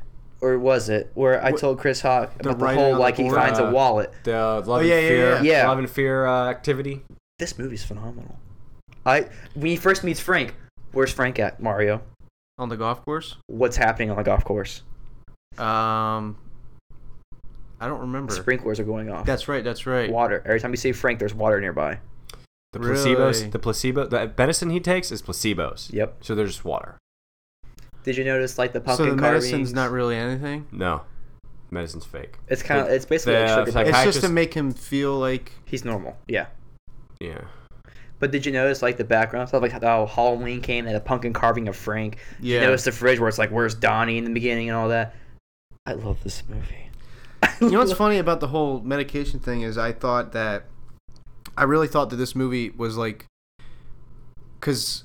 E: or was it? Where I told Chris Hawk about the
D: writing on
E: whole
D: the
E: like he
D: board?
E: finds a
C: Uh,
E: wallet.
C: the love
D: yeah,
C: and
D: yeah,
C: fear,
D: yeah.
E: Yeah.
C: love and fear uh, activity.
E: This movie's phenomenal. I when he first meets Frank, where's Frank at? Mario.
D: On the golf course?
E: What's happening on the golf course?
D: Um, I don't remember.
E: Sprinklers are going off.
D: That's right. That's right.
E: water. Every time you see Frank, there's water nearby.
C: The placebos.
D: Really?
C: The placebo. The medicine he takes is placebos.
E: Yep.
C: So there's water.
E: Did you notice like the
D: so
E: pumpkin
D: the medicine's
E: carvings?
D: not really anything.
C: No, medicine's fake.
E: It's kind of it's basically
C: The
E: like
C: psych-
E: sugar. pill.
D: It's just
C: Psychiatrist-
D: to make him feel like
E: He's normal. Yeah.
C: Yeah.
E: But did you notice like the background stuff, like how Halloween came and the pumpkin carving of Frank? Did
D: Yeah.
E: You notice the fridge where it's like, "Where's Donnie?" in the beginning and all that. I love this movie.
D: You know what's funny about the whole medication thing is I thought that I really thought that this movie was like cuz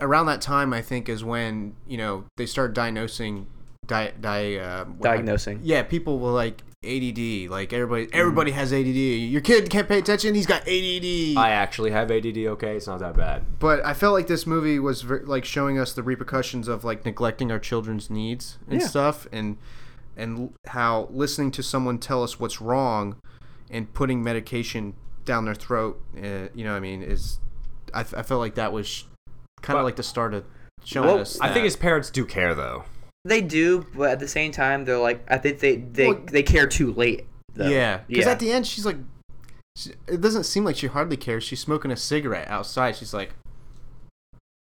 D: around that time I think is when, you know, they start diagnosing di, di uh, what-
E: Diagnosing.
D: Yeah, people were like ADD, like everybody everybody has ADD. Your kid can't pay attention, he's got ADD.
C: I actually have ADD. Okay, it's not that bad.
D: but I felt like this movie was ver- like showing us the repercussions of like neglecting our children's needs and
E: Yeah.
D: stuff, and and l- how listening to someone tell us what's wrong and putting medication down their throat, uh, you know, what I mean, is I, f- I felt like that was kind of
C: But-
D: like the start of showing
E: Well,
D: us.
C: I think
D: that.
C: his parents do care though.
E: They do, but at the same time, they're like, I think they they,
D: Well-
E: they care too late. Though.
D: yeah, because
E: Yeah.
D: at the end she's like, she, it doesn't seem like she hardly cares. She's smoking a cigarette outside. She's like.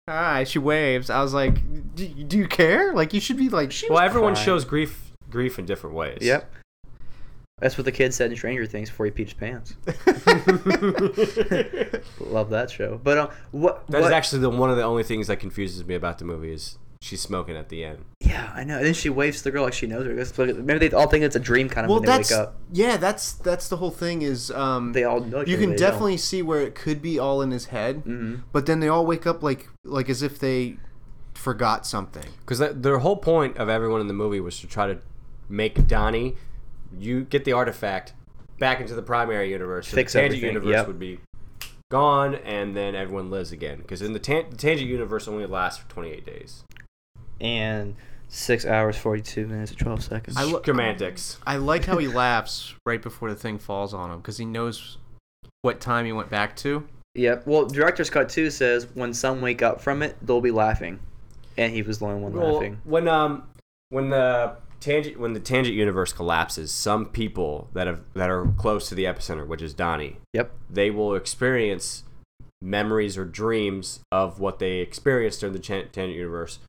D: Hi, she waves. I was like, do, do you care? Like, you should be like,
E: She
C: Well,
E: was
C: everyone
E: crying.
C: shows grief grief in different ways.
E: Yep. That's what the kid said in Stranger Things before he peed his pants. Love that show. But um, what?
C: That is
E: what-
C: actually the one of the only things that confuses me about the movie is she's smoking at the end.
E: Yeah, I know. And then she waves to the girl like she knows her. That's like- Maybe they all think it's a dream kind of
D: well
E: when they
D: that's
E: wake up.
D: yeah that's that's the whole thing is um
E: They all know. each
D: you
E: other,
D: can
E: they don't.
D: definitely see where it could be all in his head
E: Mhm.
D: but then they all wake up like like as if they forgot something
C: Because their whole point of everyone in the movie was to try to make Donnie, you get the artifact back into the primary universe. So
E: Fix
C: the tangent
E: everything,
C: universe
E: yep.
C: would be gone, and then everyone lives again. Because in the, tan- the tangent universe only lasts for 28 days.
E: And six hours forty-two minutes and twelve seconds.
D: I lo-
C: Schematics.
D: i like how he laughs right before the thing falls on him because he knows what time he went back to
E: yep. Well, director's cut two says when some wake up from it, they'll be laughing, and he was the only one
C: Well,
E: laughing.
C: when um when the tangent when the tangent universe collapses, some people that have that are close to the epicenter, which is Donnie,
E: Yep.
C: they will experience memories or dreams of what they experienced during the chan- tangent universe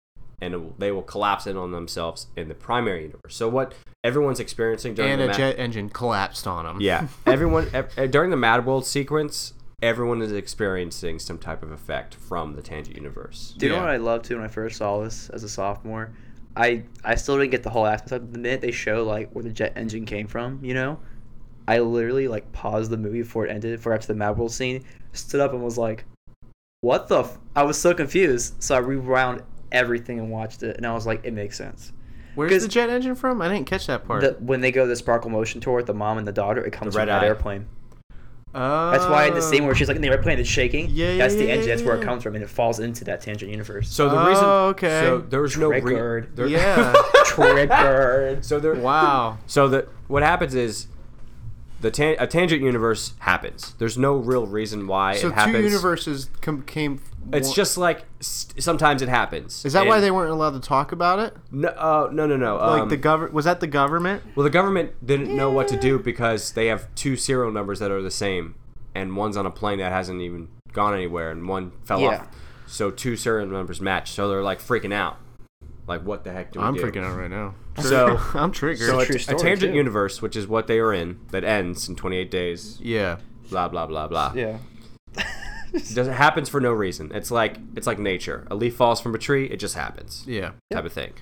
C: and it will, they will collapse in on themselves in the primary universe so what everyone's experiencing during
D: and
C: the
D: a
C: ma-
D: jet engine collapsed on him
C: yeah everyone ev- eh, during the mad world sequence everyone is experiencing some type of effect from the tangent universe
E: Do you
D: Yeah.
E: know what I loved too when I first saw this as a sophomore? I I still didn't get the whole aspect. of it. The minute they show like where the jet engine came from, you know, I literally like paused the movie before it ended, for after the Mad World scene, stood up and was like, "What the?" F-? I was so confused, so I rewound everything and watched it, and I was like, "It makes sense."
D: where's
E: 'Cause-
D: the jet engine from i didn't catch that part
E: The, when they go the Sparkle Motion tour with the mom and the daughter, it comes
C: red
E: from that
C: eye.
E: airplane.
D: oh.
E: That's why in the scene where she's like in the airplane, it's shaking.
D: Yeah, yeah,
E: that's the
D: yeah,
E: engine.
D: yeah,
E: That's where it
D: yeah.
E: comes from, and it falls into that tangent universe.
C: so the reason
D: Oh, okay.
C: so there's no re-
E: Triggered.
C: there-
D: yeah
E: Triggered.
C: so there
D: wow
C: So that what happens is the tan- a tangent universe happens. There's no real reason why
D: so
C: it happens.
D: two universes com- came
C: it's just like s- sometimes it happens.
D: is that why
C: And-
D: they weren't allowed to talk about it
C: No, uh, no, no, no.
D: like
C: um,
D: the government was that the government
C: well, the government didn't know what to do because they have two serial numbers that are the same, and one's on a plane that hasn't even gone anywhere, and one fell
E: Yeah.
C: off. So two serial numbers match. So they're like freaking out. Like what the heck do we
D: i'm
C: do?
D: freaking out right now
C: So-
D: i'm triggered
C: So
E: a
C: a,
E: true
C: a
E: story,
C: tangent
E: too.
C: universe, which is what they are in, that ends in 28 days.
D: yeah
C: Blah blah blah blah.
E: Yeah.
C: does it happens for no reason. It's like it's like nature. A leaf falls from a tree, it just happens.
D: yeah
C: Type of thing.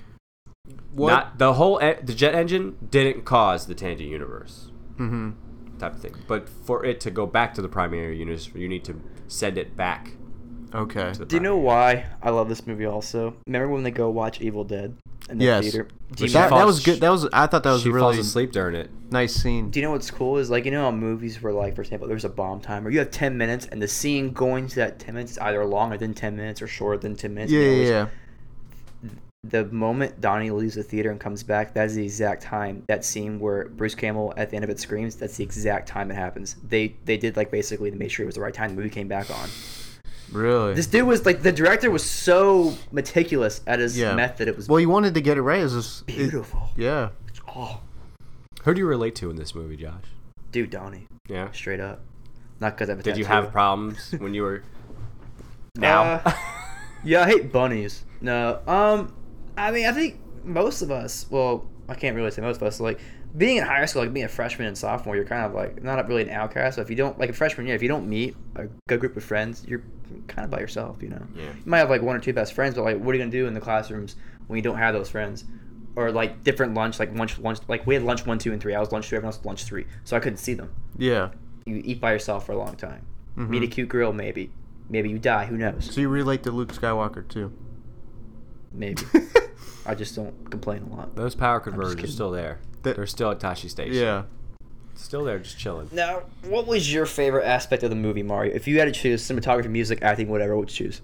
D: what
C: Not the whole e- the jet engine didn't cause the tangent universe.
D: mm-hmm.
C: Type of thing. But for it to go back to the primary universe, you need to send it back
D: okay
C: to the
E: Do you know
C: primary.
E: why I love this movie also? Remember when they go watch Evil Dead in the
D: Yes.
E: theater? Do
C: Which
E: you,
C: she
D: that,
E: know,
C: falls-
D: that was good that was i thought that was
C: she
D: a
C: falls
D: really
C: asleep during it.
D: nice scene
E: do you know what's cool is like you know how movies were like for example there's a bomb timer you have 10 minutes and the scene going to that 10 minutes is either longer than 10 minutes or shorter than 10 minutes.
D: yeah
E: and it
D: yeah
E: was-
D: yeah
E: The moment Donnie leaves the theater and comes back, that is the exact time that scene where Bruce Campbell at the end of it screams. That's the exact time it happens. They they did like basically to make sure it was the right time the movie came back on.
D: really
E: This dude was like the director was so meticulous at his
D: Yeah.
E: method. It was
D: well you wanted to get it right is this it-
E: beautiful.
D: yeah
E: Oh,
C: Who do you relate to in this movie, Josh?
E: dude, Donnie,
C: Yeah.
E: straight up. Not because I have a
C: Did you
E: tattoo.
C: have problems when you were
E: Uh, yeah, I hate bunnies. No, um, I mean, I think most of us, well, I can't really say most of us, like being in higher school, like being a freshman and sophomore, you're kind of like not really an outcast. But if you don't like a freshman year, if you don't meet a good group of friends, you're kind of by yourself. You know,
C: Yeah.
E: you might have like one or two best friends, but like, what are you gonna do in the classrooms when you don't have those friends? Or like different lunch, like lunch, lunch, like we had lunch one, two, and three. I was lunch two, everyone else was lunch three, so I couldn't see them.
D: Yeah.
E: You eat by yourself for a long time.
D: Mm-hmm.
E: Meet a cute girl, maybe, maybe you die. Who knows?
D: So you relate to Luke Skywalker too.
E: Maybe. I just don't complain a lot.
C: Those power converters are
E: kidding.
C: still there.
D: That-
C: They're still at Tashi Station.
D: yeah.
C: Still there, just chilling.
E: Now, what was your favorite aspect of the movie, Mario? If you had to choose cinematography, music, acting, whatever, would you choose?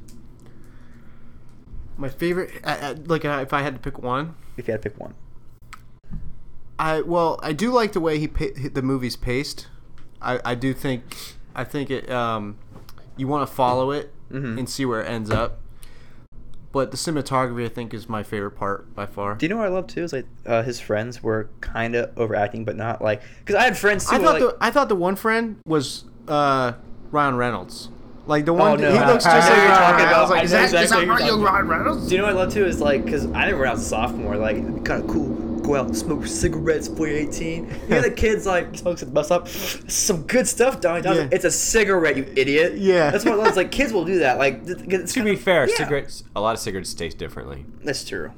D: My favorite, I, I, like, uh, if I had to pick one,
E: If you had to pick one.
D: I well, I do like the way he pa- hit the movie's paced. I, I do think I think it um, you want to follow it
E: Mm-hmm.
D: and see where it ends up. But the cinematography, I think, is my favorite part by far.
E: Do you know what I love too? Is like uh, his friends were kind of overacting, but not like because I had friends too.
D: I
E: who
D: thought
E: like,
D: the I thought the one friend was uh, Ryan Reynolds. Like the one
E: Oh, no.
D: he looks
E: I- I
D: just like
E: know who
D: Ryan
E: you're talking
D: Reynolds. Ah, I was
E: about.
D: like,
E: I
D: is
E: know
D: that,
E: exactly
D: is that
E: who you're
D: Mario
E: talking
D: Ryan Reynolds?
E: Do you know what I love too? Is like because I remember when I was a sophomore, like kind of cool, go out, smoke cigarettes before you're 18. You know the kids like smokes at the bus stop. Some good stuff, Donnie. Donnie.
D: Yeah.
E: It's a cigarette, you idiot.
D: Yeah.
E: that's what I love. It's like kids will do that. Like th- th- it's
C: To be fair,
E: Yeah.
C: cigarettes. A lot of cigarettes taste differently.
E: That's true.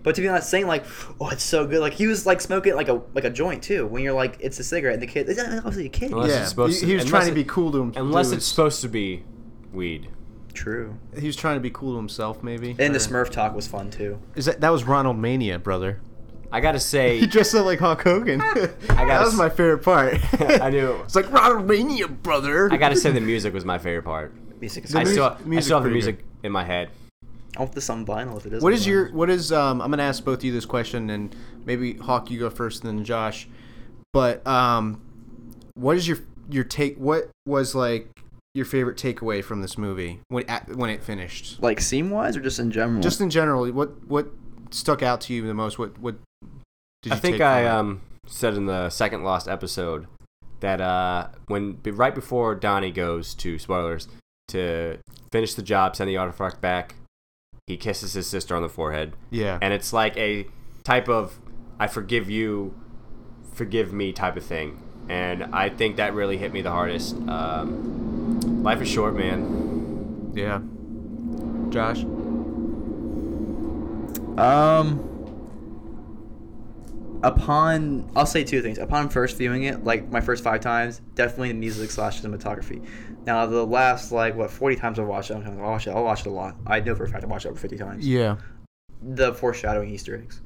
E: But to be honest, saying like, "Oh, it's so good," like he was like smoking like a like a joint too. When you're like, it's a cigarette, and the kid, it's obviously a kid.
C: Unless it's
D: Yeah,
C: supposed
D: he,
C: to-
D: he was
C: unless
D: trying to
C: it-
D: be cool to him.
C: Unless
D: to
C: it's
D: his-
C: supposed to be weed.
E: True.
D: he was trying to be cool to himself, maybe. Uh,
E: And the
D: or-
E: Smurf talk was fun too.
D: is that that was Ronald Mania, brother?
C: I gotta say,
D: He dressed up like Hulk Hogan. that was
C: s-
D: my favorite part.
C: I knew.
D: It's like Ronald Mania, brother.
C: I gotta say, the music was my favorite part.
E: Music is
D: The
C: I
E: great.
D: music-
C: still, I still have the
D: pretty
C: music in my head.
E: I want this on vinyl if it is.
D: What
E: on
D: is
E: vinyl.
D: your? What is? Um, I'm gonna ask both of you this question, and maybe Hawk, you go first, and then Josh. But um, what is your your take? What was like your favorite takeaway from this movie when at, when it finished?
E: like scene wise or just in general?
D: Just in general, what what stuck out to you the most? What what? Did
C: I think
D: take from
C: I
D: it?
C: um, said in the second lost episode that uh, when be- right before Donnie goes to spoilers to finish the job, send the artifact back, he kisses his sister on the forehead,
D: yeah
C: and it's like a type of "I forgive you, forgive me" type of thing. And I think that really hit me the hardest. Um, life is short, man.
D: yeah. Josh,
E: Um. Upon, I'll say two things. Upon first viewing it, like my first five times, definitely the music slash cinematography. Now the last like what forty times I've watched it, I'm kind of, I'll watch it. I'll watch it a lot. I know for a fact I watched it over fifty times.
D: yeah,
E: the foreshadowing Easter eggs,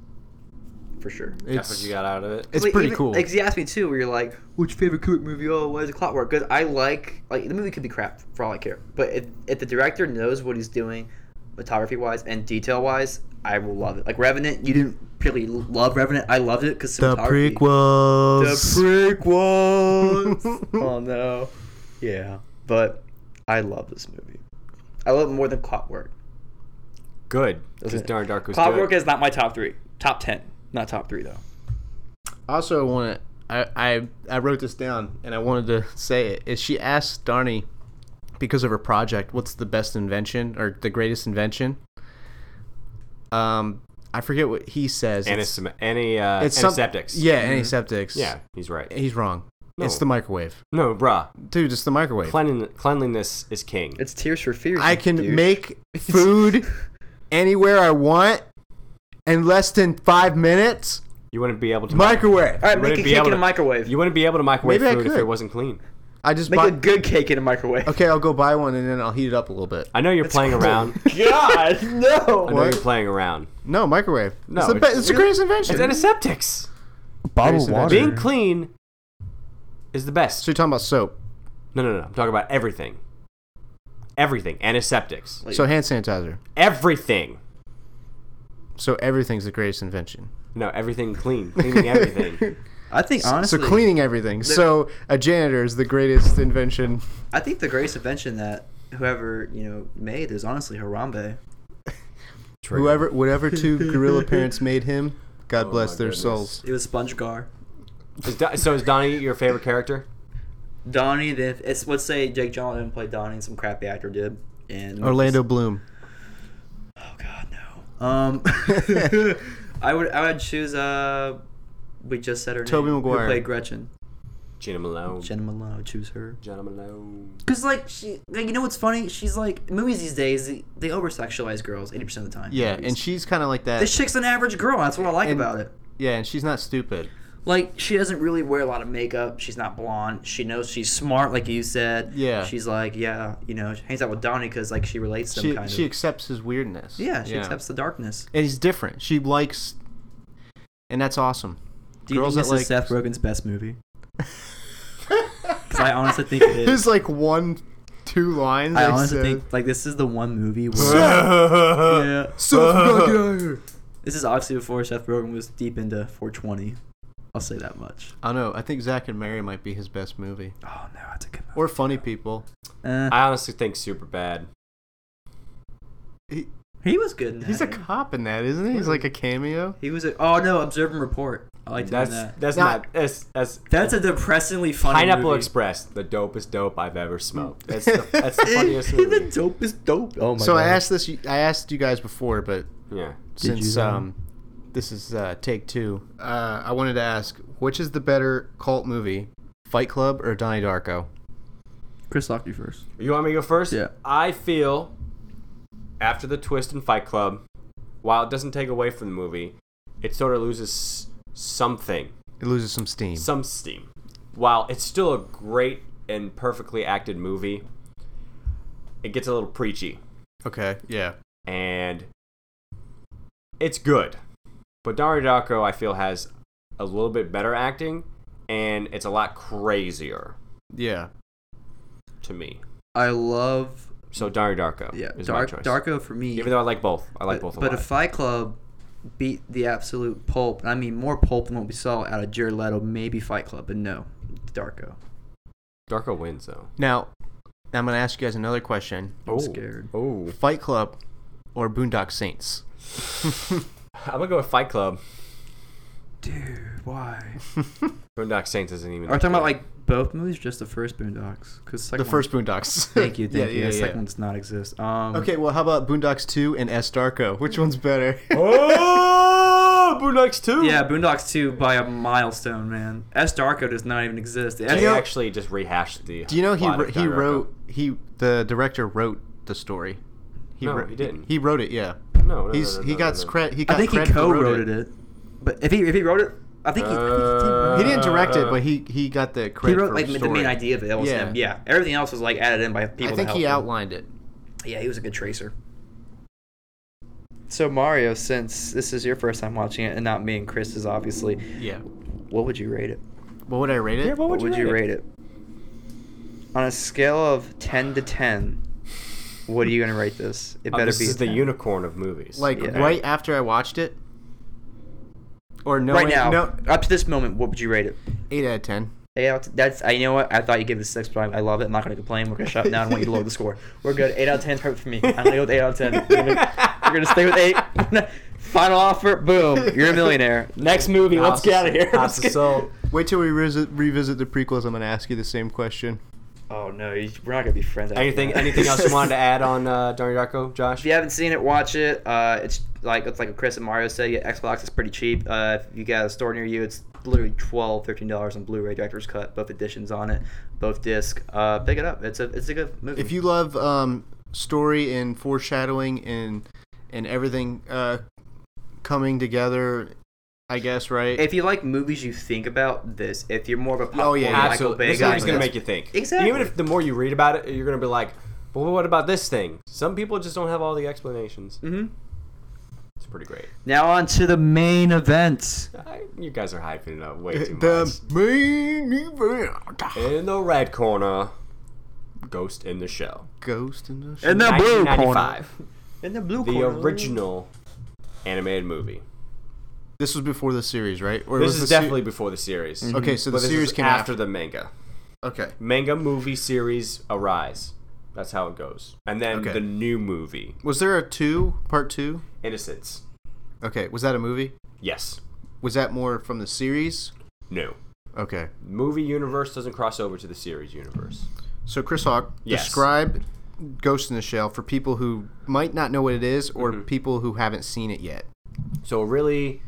E: for sure.
C: That's
D: it's
C: what you got out of it.
D: it's
E: Like,
D: pretty
E: even-
D: cool.
E: Like you asked me too, where you're like, "Which favorite Kubrick movie? Oh, what is a Clockwork?" Because I like, like the movie could be crap for all I care, but if, if the director knows what he's doing, photography wise and detail wise, I will love it. Like Revenant, you didn't really love Revenant. I loved it because
D: the
E: The
D: prequels.
E: prequels. oh no. Yeah, but I love this movie. I love it more than Clockwork.
C: Good. Because
E: it?
C: Darn Dark was
E: Clockwork
C: good.
E: is not my top three. Top ten, not top three though.
D: also want to I, I I wrote this down and I wanted to say it is she asked Darnie because of her project what's the best invention or the greatest invention um I forget what he says it's,
C: Anisem- any uh,
D: some-
C: antiseptics. Mm-hmm.
D: yeah antiseptics
C: Yeah, he's right.
D: he's wrong it's
C: No.
D: the microwave
C: No, bruh.
D: dude it's the microwave
C: Cleanlin- cleanliness is king.
E: It's Tears for Fears.
D: I can
E: dude.
D: make food anywhere I want in less than five minutes
C: You wouldn't be able to
D: microwave
E: All right,
C: Would
E: make
C: it
E: a
C: be
E: cake
C: able
E: in a
C: to-
E: microwave.
C: You wouldn't be able to microwave
D: Maybe I
C: food if
D: could.
C: it wasn't clean.
D: I just
E: make
D: bought
E: a good cake in a microwave.
D: okay I'll go buy one and then I'll heat it up a little bit
C: I know you're playing around.
E: God, no.
C: I know
D: What?
C: you're playing around.
D: No, microwave.
C: No,
D: it's the,
C: it's-
D: be- it's the greatest
C: It's
D: invention.
C: antiseptics.
D: Bottled water.
C: Being clean is the best.
D: so you're talking about soap.
C: No, no, no. I'm talking about everything. Everything. Antiseptics.
D: So hand sanitizer.
C: Everything.
D: So everything's the greatest invention.
C: No, everything clean. Cleaning everything.
E: I think honestly,
D: so cleaning everything. so a janitor is the greatest invention.
E: I think the greatest invention that whoever you know made is honestly Harambe.
C: True.
D: Whoever, whatever two gorilla parents made him,
E: Oh
D: God bless their souls.
E: It was SpongeGar.
C: Is Don- so is Donnie your favorite character?
E: Donnie, the, it's let's say Jake Johnson played Donnie, and some crappy actor did. And
D: Orlando Bloom.
E: Oh God, no. Um, I would I would choose uh we just said her
D: Tobey
E: name. Who
D: Maguire.
E: played Gretchen.
C: Gina Malone.
E: Jenna Malone, I would choose her.
C: Jenna Malone.
E: Cause like she, like, you know what's funny? She's like movies these days they, they over sexualize girls eighty percent of the time.
D: Yeah,
E: Movies.
D: and she's kind of like that.
E: this chick's an average girl. That's what I like
D: And-
E: about it.
D: yeah, and she's not stupid.
E: Like she doesn't really wear a lot of makeup. She's not blonde. She knows she's smart, like you said.
D: Yeah.
E: She's like yeah, you know, she hangs out with Donnie because like she relates to him
D: She
E: kind
D: she
E: of.
D: accepts his weirdness.
E: Yeah, she accepts the darkness.
D: And he's different. She likes, and that's awesome.
E: Do you
D: Girls
E: think
D: that
E: this is
D: like-
E: Seth Rogen's best movie? Because I honestly think it is.
D: There's like one, two lines.
E: I
D: that he
E: honestly
D: said.
E: think like this is the one movie where
C: yeah.
E: yeah.
D: I
E: This is obviously before Seth Rogen was deep into 420. I'll say that much.
D: don't know. I think Zack and Mary might be his best movie.
E: Oh no, that's a good movie.
D: Or Funny People.
E: Uh,
C: I honestly think super bad.
D: He,
E: he was good. In
D: he's a
E: that.
D: cop in that, isn't he? He's like a cameo.
E: He was a. Oh no, Observe and Report. I liked him in
C: That's
E: that.
C: that's
D: Now-
C: not that's that's
E: That's a depressingly funny
C: Pineapple
E: movie.
C: Express, the dopest dope I've ever smoked. That's the, that's the funniest
E: the
C: movie.
E: dopest dope. Oh my
D: So
E: god.
D: I asked this. I asked you guys before, but
C: Yeah.
D: since
E: you,
D: um, this is uh, take two, uh, I wanted to ask which is the better cult movie, Fight Club or Donnie Darko?
E: Chris Lock you first.
C: You want me to go first?
E: Yeah.
C: I feel after the twist in Fight Club, while it doesn't take away from the movie, it sort of loses something,
D: It loses some steam.
C: some steam. While it's still a great and perfectly acted movie, it gets a little preachy.
D: Okay. Yeah.
C: and it's good. But Dari Darko, I feel, has a little bit better acting, and it's a lot crazier
D: Yeah.
C: to me.
E: I love
C: So Dari Darko
E: yeah
C: is
E: Dark,
C: my choice.
E: Darko for me.
C: Even though I like both, I like
E: but,
C: both a
E: but
C: lot.
E: if Fight Club beat the absolute pulp, and I mean more pulp than what we saw out of Jared Leto, maybe Fight Club, but no, Darko.
C: Darko wins, though.
D: Now, I'm gonna ask you guys another question:
C: oh.
E: scared.
C: Oh,
D: Fight Club or Boondock Saints?
C: I'm gonna go with Fight Club.
E: Dude, why?
C: Boondock Saints isn't even.
E: Are we
C: that
E: talking about
C: good.
E: like both movies, just the first Boondocks? Because
D: The first Boondocks.
E: Thank you, thank you. the second one does not exist. Um,
D: Okay, well, how about Boondocks 2 and S. Darko? Which one's better?
C: Oh, Boondocks two.
E: Yeah, Boondocks 2 by a milestone, man. S. Darko does not even exist. The S-
C: They
D: know-
C: actually just rehashed the.
D: Do you know he
C: plot of
D: he
C: Darko.
D: wrote he the director wrote the story? He
C: No,
D: wrote,
C: he didn't.
D: He wrote it, yeah.
C: No, no, no,
D: He's
C: no,
D: he
C: no,
D: got
C: no, no.
D: credit. He
E: I
D: got
E: think he
D: cred for wrote
E: co-wrote it. But if he if he wrote it, I think he, I think he
C: Uh,
D: He
E: did. write it.
D: didn't direct it, but he he got the
E: He
D: credit.
E: wrote
D: for
E: like the
D: story.
E: main idea of it. That was
D: Yeah.
E: him. yeah. Everything else was like added in by people.
D: I
E: that
D: think he
E: helped him.
D: outlined it.
E: Yeah, he was a good tracer. So Mario, since this is your first time watching it and not me and Chris's, obviously,
D: Yeah.
E: what would you rate it?
D: What would I rate it?
C: Yeah, what
E: What
C: would,
E: would you rate it? On a scale of ten to ten, what are you gonna rate this? It
C: Oh,
E: better
C: this
E: be a
C: is the
E: 10.
C: unicorn of movies.
D: like
E: Yeah.
D: right after I watched it, or no?
E: right now.
D: no,
E: Up to this moment, what would you rate it?
D: eight out of ten.
E: Eight out. of- That's I you know what I thought you give it a six, but I, I love it. I'm not gonna complain. We're gonna shut down. I want you to lower the score. We're good. Eight out of ten is perfect for me. I'm gonna go with eight out of ten. We're gonna, we're gonna stay with eight. Final offer. Boom. You're a millionaire. Next movie. Let's get out of here. Let's get-
C: So
D: Wait till we revisit, revisit the prequels. I'm gonna ask you the same question.
E: Oh no, you, we're not gonna be friends. after
C: Anything
E: that.
C: anything else you wanted to add on uh, Donnie Darko, Josh?
E: If you haven't seen it, watch it. Uh, it's like it's like Chris and Mario said. Yeah, Xbox is pretty cheap. Uh, if you got a store near you, it's literally 12 dollars on Blu-ray Director's Cut, both editions on it, both disc. Uh, pick it up. It's a it's a good movie.
D: If you love um, story and foreshadowing and and everything uh, coming together, I guess right.
E: if you like movies, you think about this. If you're more of a popcorn
D: Oh, yeah, yeah.
E: Michael
C: absolutely.
E: Bay
C: This
E: guy,
C: movie's gonna make you think.
E: Exactly.
C: Even if the more you read about it, you're gonna be like, "Well, what about this thing?" Some people just don't have all the explanations.
E: Mhm.
D: Mm-hmm.
C: It's pretty great.
E: Now on to the main event.
C: I, you guys are hyping it up way too
D: the
C: much.
D: main event.
C: In the red corner, Ghost in the Shell,
D: Ghost in the
E: In the blue corner.
C: 1995,
E: In the blue
C: the
E: corner.
C: original animated movie.
D: This was before the series, right? Or
C: This
D: was
C: is
D: the se-
C: definitely before the series.
D: okay. So the
C: But this
D: series
C: is
D: came
C: after the manga.
D: Okay.
C: Manga movie series arise. That's how it goes. And then
D: Okay.
C: the new movie,
D: Was there a two part two?
C: Innocence.
D: Okay. Was that a movie?
C: Yes.
D: Was that more from the series?
C: No.
D: Okay.
C: Movie universe doesn't cross over to the series universe.
D: So, Chris Hawk,
C: Yes.
D: describe Ghost in the Shell for
C: Mm-hmm.
D: people who might not know what it is or people who haven't seen it yet.
C: So a really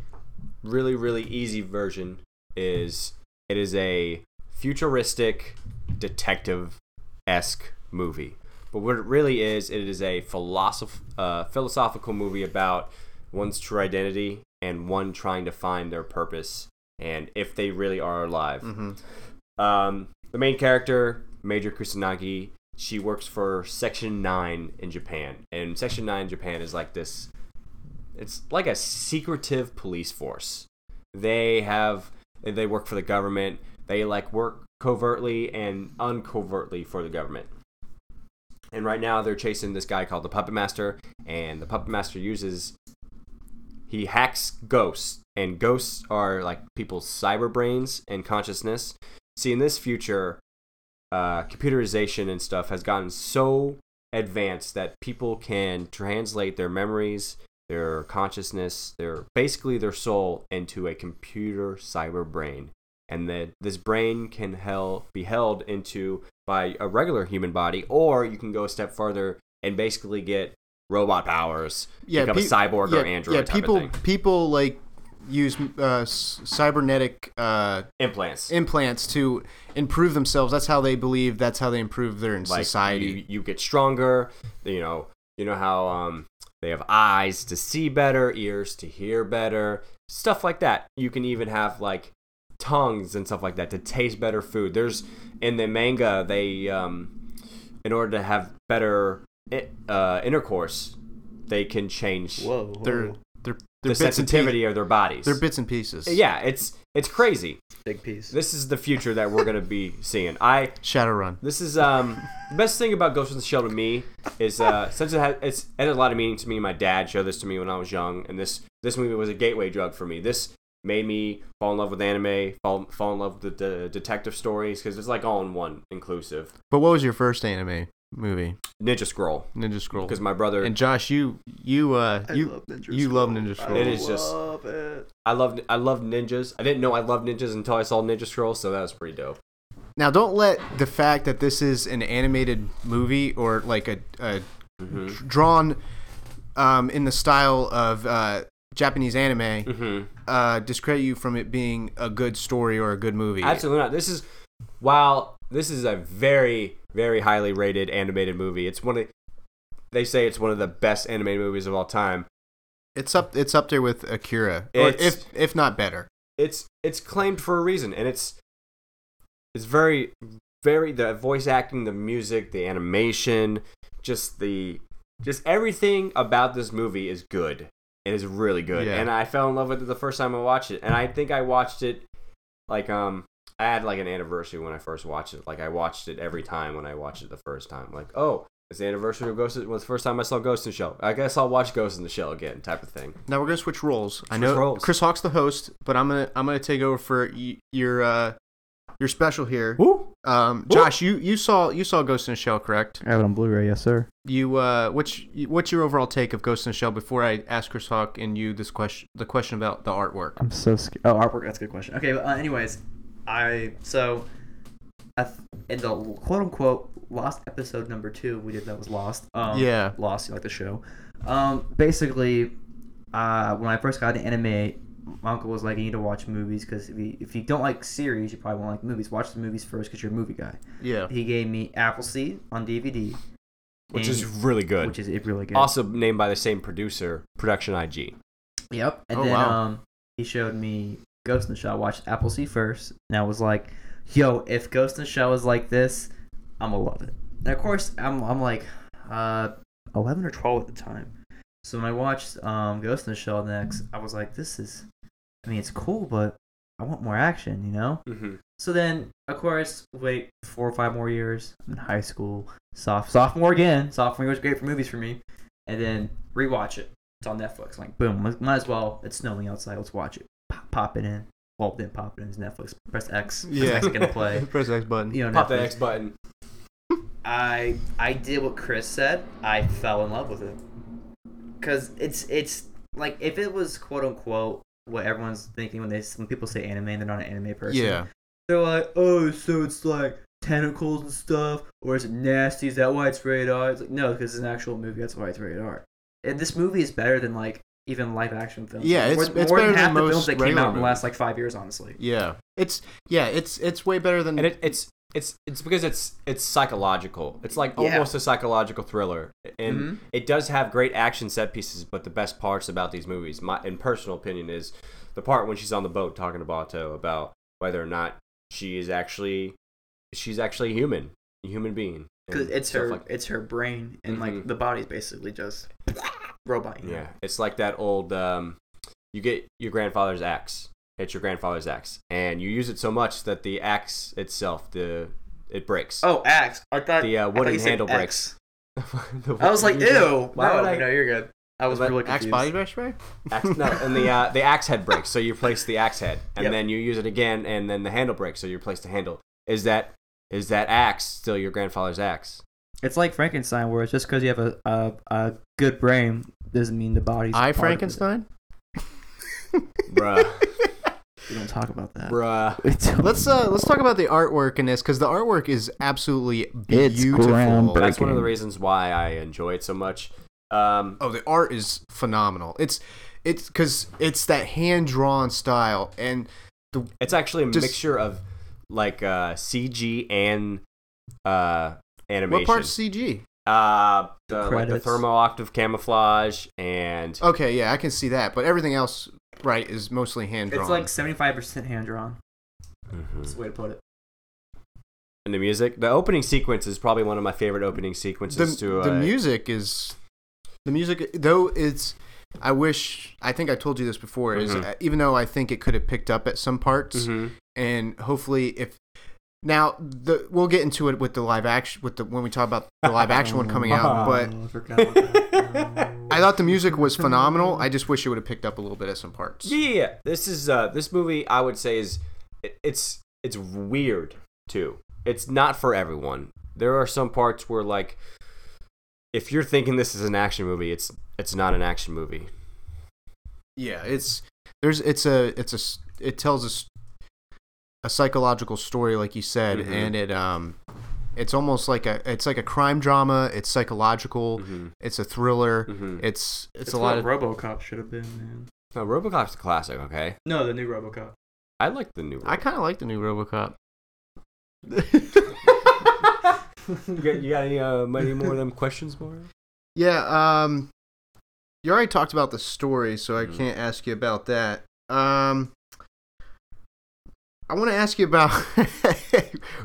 C: really really easy version is it is a futuristic detective esque movie. But what it really is, it is a philosoph- uh, philosophical movie about one's true identity and one trying to find their purpose and if they really are alive. Um, the main character, Major Kusanagi, she works for Section 9 in Japan. And Section 9 in Japan is like this it's like a secretive police force. They have they work for the government. They like work covertly and uncovertly for the government. And right now they're chasing this guy called the Puppet Master, and the Puppet Master uses he hacks ghosts, and ghosts are like people's cyber brains and consciousness. See, in this future, uh, computerization and stuff has gotten so advanced that people can translate their memories, their consciousness, their basically their soul into a computer cyber brain, and that this brain can hell, be held into by a regular human body, or you can go a step further and basically get robot powers, become
D: pe-
C: a cyborg
D: yeah,
C: or android
D: Yeah,
C: type
D: people
C: of thing.
D: people like use uh, s- cybernetic uh,
C: Implants.
D: implants to improve themselves. That's how they believe. That's how they improve their in
C: like
D: society.
C: You, you get stronger. You know, you know how um, they have eyes to see better, ears to hear better, stuff like that. You can even have like tongues and stuff like that to taste better food. There's in the manga they um, in order to have better i- uh, intercourse, they can change
E: Whoa. whoa.
D: their their their
C: the
D: bits and pie-
C: sensitivity of their bodies.
D: Their bits and pieces.
C: yeah, it's it's crazy.
E: big piece.
C: This is the future that we're gonna be seeing. I
D: Shadowrun.
C: This is um the best thing about Ghost in the Shell to me is uh since it has it's it had a lot of meaning to me. My dad showed this to me when I was young, and this this movie was a gateway drug for me. This made me fall in love with anime, fall fall in love with the detective stories because it's like all in one inclusive.
D: But what was your first anime movie?
C: Ninja Scroll
D: Ninja Scroll.
C: because my brother
D: And Josh, you you uh you you love Ninja Scroll.
C: It is just-
E: love it.
C: I loved I loved ninjas. I didn't know I loved ninjas until I saw Ninja Scroll, so that was pretty dope.
D: Now, don't let the fact that this is an animated movie or like a, a
C: Mm-hmm.
D: drawn um, in the style of uh, Japanese anime
C: Mm-hmm.
D: uh, discredit you from it being a good story or a good movie.
C: Absolutely not. This is while this is a very very highly rated animated movie. It's one of they say it's one of the best animated movies of all time.
D: It's up it's up there with Akira, or
C: It's-
D: if if not better.
C: It's it's claimed for a reason, and it's it's very very the voice acting, the music, the animation, just the just everything about this movie is good. It is really good,
D: Yeah.
C: and I fell in love with it the first time I watched it, and I think I watched it like um I had like an anniversary when I first watched it. Like I watched it every time when I watched it the first time. Like oh. It's the anniversary of Ghost. It was the first time I saw Ghost in the Shell. I guess I'll watch Ghost in the Shell again, type of thing.
D: Now we're gonna switch roles. I know
C: roles.
D: Chris Hawk's the host, but I'm gonna I'm gonna take over for y- your uh, your special here.
C: Woo!
D: Um, Josh, you you saw you saw Ghost in the Shell, correct?
E: I have it on Blu-ray, yes, sir.
D: you uh what's what's your overall take of Ghost in the Shell before I ask Chris Hawk and you this question the question about the artwork?
E: I'm so scared. Oh, artwork. That's a good question. Okay, but uh, anyways, I so I th- in the quote unquote lost episode number two we did that was lost. Um,
D: Yeah.
E: lost. You like the show? Um, basically, uh, when I first got into anime, my uncle was like, "You need to watch movies because if you, if you don't like series, you probably won't like movies. Watch the movies first because you're a movie guy."
D: Yeah.
E: He gave me Appleseed on DVD,
C: Which
E: and-
C: is really good.
E: which is it really good.
C: also named by the same producer, Production IG.
E: Yep. And
D: Oh,
E: then
D: wow.
E: um, he showed me Ghost in the Shell. I watched Appleseed first, and I was like, "Yo, if Ghost in the Shell is like this, I'm gonna love it." And of course, I'm I'm like, uh, eleven or twelve at the time. So when I watched um, Ghost in the Shell next, I was like, "This is, I mean, it's cool, but I want more action," you know.
C: Mm-hmm.
E: So then, of course, wait four or five more years. I'm in high school, soph- sophomore again. Sophomore year was great for movies for me. And then rewatch it. It's on Netflix. I'm like, boom, might- might as well. It's snowing outside. Let's watch it. Pop, pop it in. Well, then pop it in. It's Netflix. Press X. Press
D: Yeah.
E: X gonna play.
D: Press X button.
E: You know,
C: Pop
E: Netflix.
C: the X button.
E: I I did what Chris said. I fell in love with it. Cause it's it's like if it was quote unquote what everyone's thinking when they when people say anime, and they're not an anime person
D: Yeah.
E: they're like, oh, so it's like tentacles and stuff, or is it nasty? Is that why it's rated R? It's like, no, because it's an actual movie. That's why it's rated R. And this movie is better than like
F: even live action films.
D: Yeah,
F: more,
D: it's- it's
F: more
D: better
F: than
D: than
F: half the films
D: most
F: that came
D: regular
F: out in the
D: movies.
F: last like five years. Honestly,
D: Yeah, it's yeah, it's it's way better than
C: and it, it's it's it's because it's it's psychological. It's like
E: Yeah. Mm-hmm.
C: almost a psychological thriller, and it does have great action set pieces. But the best parts about these movies, my in personal opinion, is the part when she's on the boat talking to Bato about whether or not she is actually she's actually human, a human being. and
E: because it's
C: stuff
E: her
C: like-
E: it's her brain and like
D: Mm-hmm.
C: Mhm.
E: the body's basically just robot. You know?
C: yeah, it's like that old. Um, you get your grandfather's axe. It's your grandfather's axe, and you use it so much that the axe itself, the it breaks.
E: Oh, axe. I thought
C: The, uh,
E: I thought
C: wooden
E: you said
C: handle
E: axe.
C: breaks. The
E: I was like,
C: one-
E: ew. No,
C: Why would I-
E: no, you're good. I was
C: But
E: really
D: Axe
E: confused.
D: body brush spray.
C: Axe, no, and the uh, the axe head breaks, so you replace the axe head, and
E: Yep.
C: then you use it again, and then the handle breaks, so you replace the handle. Is that is that axe still your grandfather's axe?
F: it's like Frankenstein, where it's just because you have a, a a good brain doesn't mean the body's. part
D: I
F: of it.
D: Frankenstein.
C: Bruh,
F: We don't talk about that.
C: bruh.
F: We don't.
D: Let's uh let's talk about the artwork in this because the artwork is absolutely
F: It's
D: beautiful.
F: groundbreaking.
C: That's one of the reasons why I enjoy it so much. Um,
D: Oh, the art is phenomenal. It's it's because it's that hand drawn style, and
C: it's actually a
D: Just-
C: mixture of like uh, CG and uh, animation.
D: what part's CG?
C: Uh, the, like the
F: Credits.
C: thermo octave camouflage and
D: Okay, yeah, I can see that, but everything else, right, is mostly hand drawn.
F: It's like seventy five percent hand drawn.
C: Mhm.
F: That's the way to put it.
C: and the music. The opening sequence is probably one of my favorite opening sequences
D: the,
C: to uh,
D: the
C: a-
D: music is the music though it's i wish i think i told you this before is
C: Mhm.
D: uh, even though i think it could have picked up at some parts
C: Mhm.
D: and hopefully if now the we'll get into it with the live action with the when we talk about the live action one coming out but
F: Oh, I forgot about that.
D: i thought the music was phenomenal i just wish it would have picked up a little bit at some parts
C: Yeah, yeah, yeah. This is uh, this movie. I would say is it, it's it's weird too. It's not for everyone. There are some parts where like, if you're thinking this is an action movie, it's it's not an action movie.
D: yeah it's there's it's a it's a s- it tells us a psychological story like you said
C: Mhm.
D: and it um it's almost like a it's like a crime drama it's psychological
C: Mm-hmm.
D: it's a thriller
C: Mhm.
D: it's it's,
E: It's
D: a lot of
E: RoboCop should have been, man.
C: No, RoboCop's a classic. Okay,
E: No, the new RoboCop.
C: I like the new.
D: i kind of like the new robocop
C: you, got, you got any uh, any more of them questions, Mario?
D: Um, yeah um you already talked about the story so i
C: Mhm.
D: can't ask you about that um i want to ask you about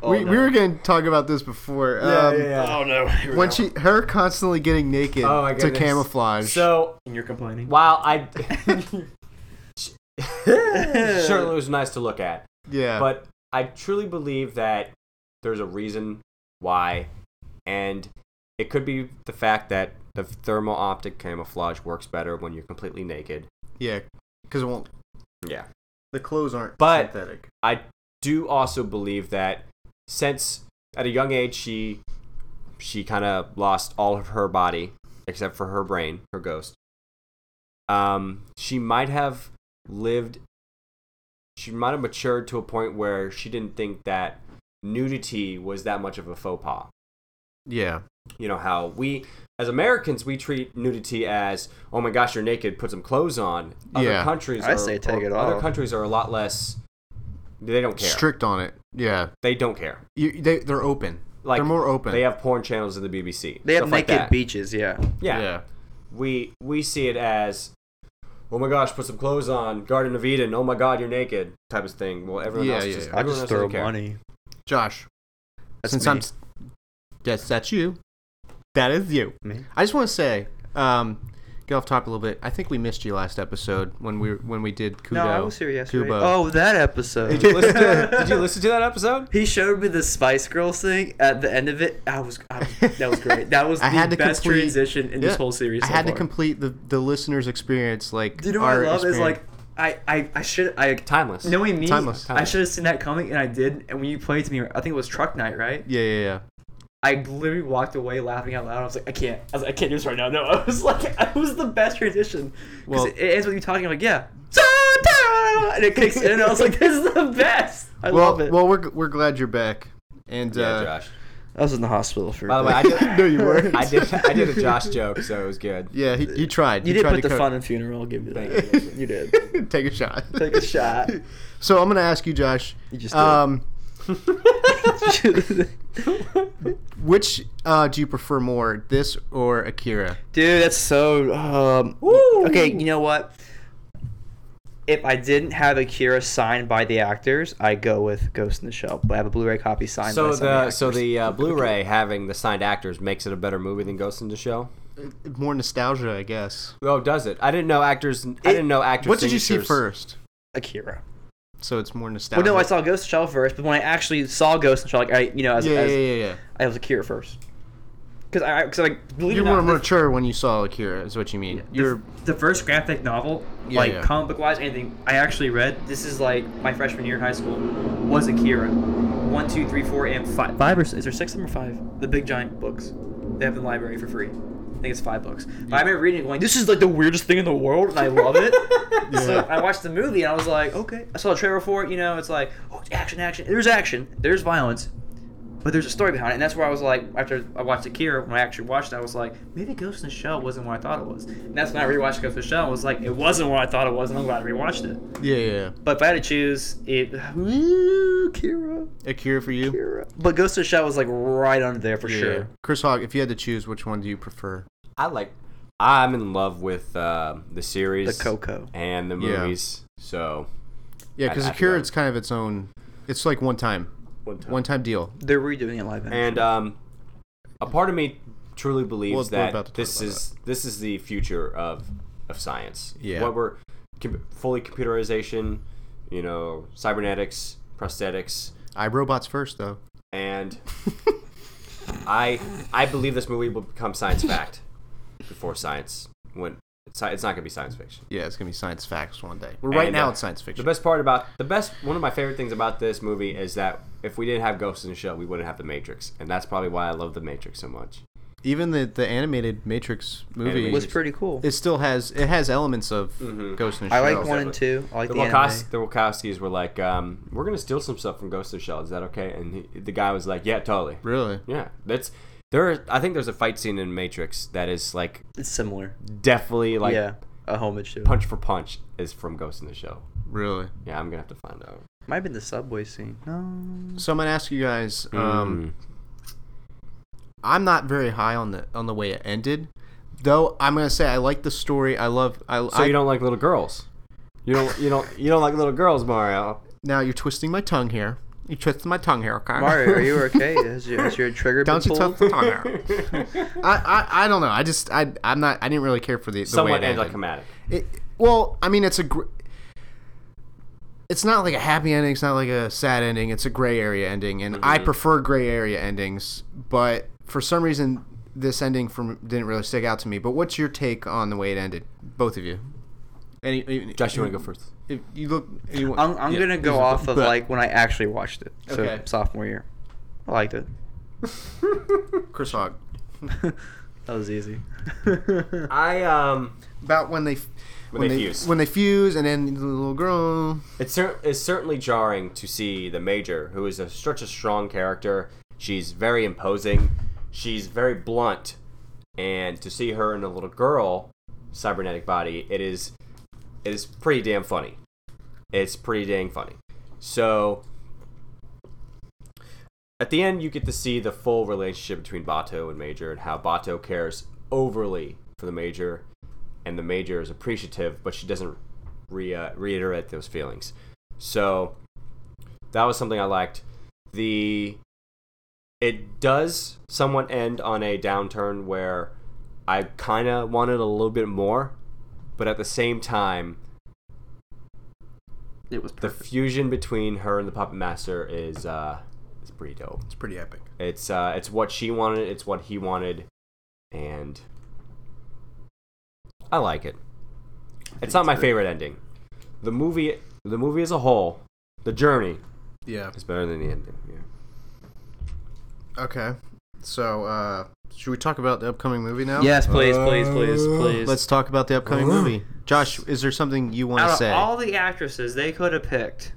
E: Oh,
D: we, we
E: no.
D: were going to talk about this before um,
E: Oh no. Here we
D: when
E: go.
D: she her constantly getting naked
C: Oh, my
D: to
C: goodness.
D: camouflage.
C: So
F: and you're complaining.
C: while I, certainly was nice to look at.
D: yeah,
C: but I truly believe that there's a reason why, and it could be the fact that the thermal optic camouflage works better when you're completely naked.
D: yeah, because it won't.
C: Yeah.
D: The clothes aren't
C: But-
D: synthetic.
C: I do also believe that since at a young age she she kind of lost all of her body except for her brain, her ghost. Um, she might have lived. She might have matured to a point where she didn't think that nudity was that much of a faux pas
D: Yeah,
C: you know how we as americans we treat nudity as oh my gosh you're naked put some clothes on other
D: Yeah.
C: countries
E: I
C: are,
E: say take
C: or-
E: it
C: other
E: off.
C: countries are a lot less they don't care
D: strict on it. Yeah,
C: they don't care
D: you, they they're open.
C: like
D: they're more open.
C: they have porn channels in the bbc
E: they have
C: stuff like
E: naked
C: that.
E: beaches. Yeah.
C: yeah. we we see it as oh my gosh put some clothes on garden of eden oh my god you're naked type of thing well everyone
D: Yeah,
C: else
D: yeah,
C: just,
D: yeah.
E: I
C: everyone else
E: just
C: doesn't
E: throw
C: care.
E: money.
D: Josh,
E: That's
D: since
E: me.
D: I'm, s- yes, that's you. That is you.
E: Me.
D: I just want to say, um, get off top a little bit. I think we missed you last episode when we when we did Kudo.
E: No, I was here yesterday.
D: Kubo.
E: Oh, that episode.
C: did you, listen to, did you listen to that episode
E: He showed me the Spice Girls thing at the end of it. I was, I was that was great. That was
D: I
E: the
D: had to
E: best
D: complete-
E: transition in
D: Yeah.
E: this whole series.
D: I
E: so
D: had
E: far.
D: to complete the the listeners' experience. Like,
E: Do you know what I
D: our
E: love is
D: experience.
E: like I I, I should I
C: timeless
E: knowing me
D: Timeless.
E: I should have seen that coming and I did. And when you played to me, I think it was Truck Night, right?
D: yeah, yeah, yeah.
E: I literally walked away laughing out loud. I was like, I can't. I was like, I can't do this right now. No, I was like, it was the best transition. 'Cause
D: Well-
E: it, it ends with you talking like, yeah, "Ta-ta!" and it kicks in, and I was like, this is the best. I
D: well,
E: love it.
D: well, we're we're glad you're back, and
C: yeah
D: uh,
C: josh
E: I was in the hospital for.
C: By the way, I did,
D: No, you weren't.
C: I did. I did a Josh joke, so it was good.
D: Yeah, he, he tried.
E: you
D: he
E: did
D: tried
E: put the
D: to
E: fun in funeral. I'll give you that. you did.
D: fun. Take a shot.
E: Take a shot.
D: So I'm gonna ask you, Josh.
E: You just did.
D: um, which uh, do you prefer more, this or Akira?
E: Dude, that's so. Um, Okay, you know what? If I didn't have Akira signed by the actors, I go with Ghost in the Shell. But I have a Blu-ray copy signed.
C: So
E: by some of
C: the so
E: actors.
C: the uh, Blu-ray having the signed actors makes it a better movie than Ghost in the Shell.
D: More nostalgia, I guess.
C: Oh, does it? I didn't know actors. I didn't know actors.
D: What did you see
C: signatures.
D: first? Oh,
E: Akira.
D: So it's more nostalgia.
E: Well, Oh, no, I saw Ghost in the Shell first, but when I actually saw Ghost in the Shell, like I, you know, as,
D: Yeah, yeah,
E: as,
D: yeah, yeah.
E: I was Akira first. Because I, because like believe
D: You
E: it or
D: were
E: not,
D: more mature when you saw Akira, is what you mean. You're
F: the first graphic novel,
D: Yeah,
F: like
D: yeah.
F: comic book wise, anything I actually read. This is like my freshman year in high school. Was Akira, one, two, three, four, and five. Five or is there six of them or five? The big giant books. They have in the library for free. I think it's five books. But I remember reading it going, this is like the weirdest thing in the world, and I love it. So I watched the movie and I was like, okay. I saw a trailer for it. You know, it's like, oh, it's action, action. There's action. There's violence. But there's a story behind it, and that's where I was like, after I watched Akira, when I actually watched it, I was like, maybe Ghost in the Shell wasn't what I thought it was. And that's when I rewatched Ghost in the Shell, and was like, it wasn't what I thought it was, and I'm glad I rewatched it.
D: yeah, yeah.
F: But if I had to choose, it, Akira,
D: Akira for you.
E: Akira. But Ghost in the Shell was like right under there for
D: Yeah.
E: sure.
D: Chris Hogg, if you had to choose, which one do you prefer?
C: I like. I'm in love with uh, the
E: The
C: series,
E: Coco.
C: and the
D: Yeah.
C: movies. So
D: Yeah,
C: I'd
D: because
C: have to
D: Akira
C: go.
D: it's kind of its own. It's like one time,
C: one time.
D: one time deal.
E: They're redoing it live. action.
C: And um, a part of me truly believes
D: Well, we're about to
C: that
D: talk
C: this
D: about
C: is this is the future of of science.
D: Yeah.
C: What we're com- fully computerization, you know, cybernetics, prosthetics,
D: I robots first though.
C: and I I believe this movie will become science fact before science. When it's, it's not going to be science fiction.
D: Yeah, it's gonna be science facts one day. Well, right
C: And,
D: now
C: uh,
D: it's science
C: The
D: fiction.
C: best part about the best one of my favorite things about this movie is that if we didn't have Ghost in the Shell, we wouldn't have The Matrix, and that's probably why I love The Matrix so much.
D: Even the the animated Matrix movie,
C: Animated.
E: it was pretty cool.
D: it still has it has elements of Ghost in the
E: I
D: Shell.
E: like one and two. I like
C: The,
E: the,
C: Wachowski,
E: anime.
C: the Wachowskis were like, um, "We're gonna steal some stuff from Ghost in the Shell. Is that okay?" And he, the guy was like, "Yeah, totally.
D: Really?
C: Yeah, that's there. Are, I think there's a fight scene in Matrix that is like
E: It's similar.
C: definitely like
E: yeah, a homage to. It.
C: punch for punch is from Ghost in the Shell.
D: Really?
C: Yeah, I'm gonna have to find out.
E: Might have been the subway scene. No.
D: So I'm gonna ask you guys.
C: Mm-hmm.
D: Um, I'm not very high on the on the way it ended, though. I'm gonna say I like the story. I love. I,
C: so
D: I,
C: you don't like little girls? You don't. You don't. You don't like little girls, Mario.
D: now you're twisting my tongue here. You twisted my tongue here, okay?
E: Mario, are you okay? Has your, has your trigger been
D: Don't you twist
E: pulled?
D: the tongue here. I, I I don't know. I just I I'm not. I didn't really care for the, the
C: Somewhat
D: way it ended.
C: anticlimactic.
D: It, well, I mean, it's a. Gr- it's not like a happy ending. It's not like a sad ending. It's a gray area ending, and I prefer gray area endings. But for some reason, this ending from didn't really stick out to me. But what's your take on the way it ended, both of you? Any, any-
C: Josh, you wanna go Um, first?
D: If you look, you,
E: I'm, I'm
D: yeah,
E: gonna go
D: these are
E: off
D: the-
E: of
D: but-
E: like when I actually watched it. So
D: Okay.
E: sophomore year, I liked it.
D: Chris Hogg
E: that was easy.
C: I um.
D: about when they f-
C: When they fuse.
D: when they fuse, and then the little girl.
C: It's, cer- it's certainly jarring to see the Major, who is a, such a strong character. She's very imposing. She's very blunt. And to see her in a little girl cybernetic body, it is it is pretty damn funny. It's pretty dang funny. So at the end you get to see the full relationship between Bato and Major and how Bato cares overly for the Major and the Major is appreciative, but she doesn't re- uh, reiterate those feelings. So that was something I liked. The it does somewhat end on a downturn where I kind of wanted a little bit more, but at the same time,
F: It was
C: the fusion between her and the puppet master is uh, is pretty dope.
D: It's pretty epic.
C: It's uh, it's what she wanted, it's what he wanted, and I like it. It's not my favorite ending. The movie, the movie as a whole, the journey
D: Yeah.
C: is better than the ending. Yeah.
D: Okay. So, uh, should we talk about the upcoming movie now?
E: yes, please, please, please, please.
D: Uh, Let's talk about the upcoming movie. Josh, is there something you want
F: Out
D: to
F: of
D: say?
F: all the actresses they could have picked,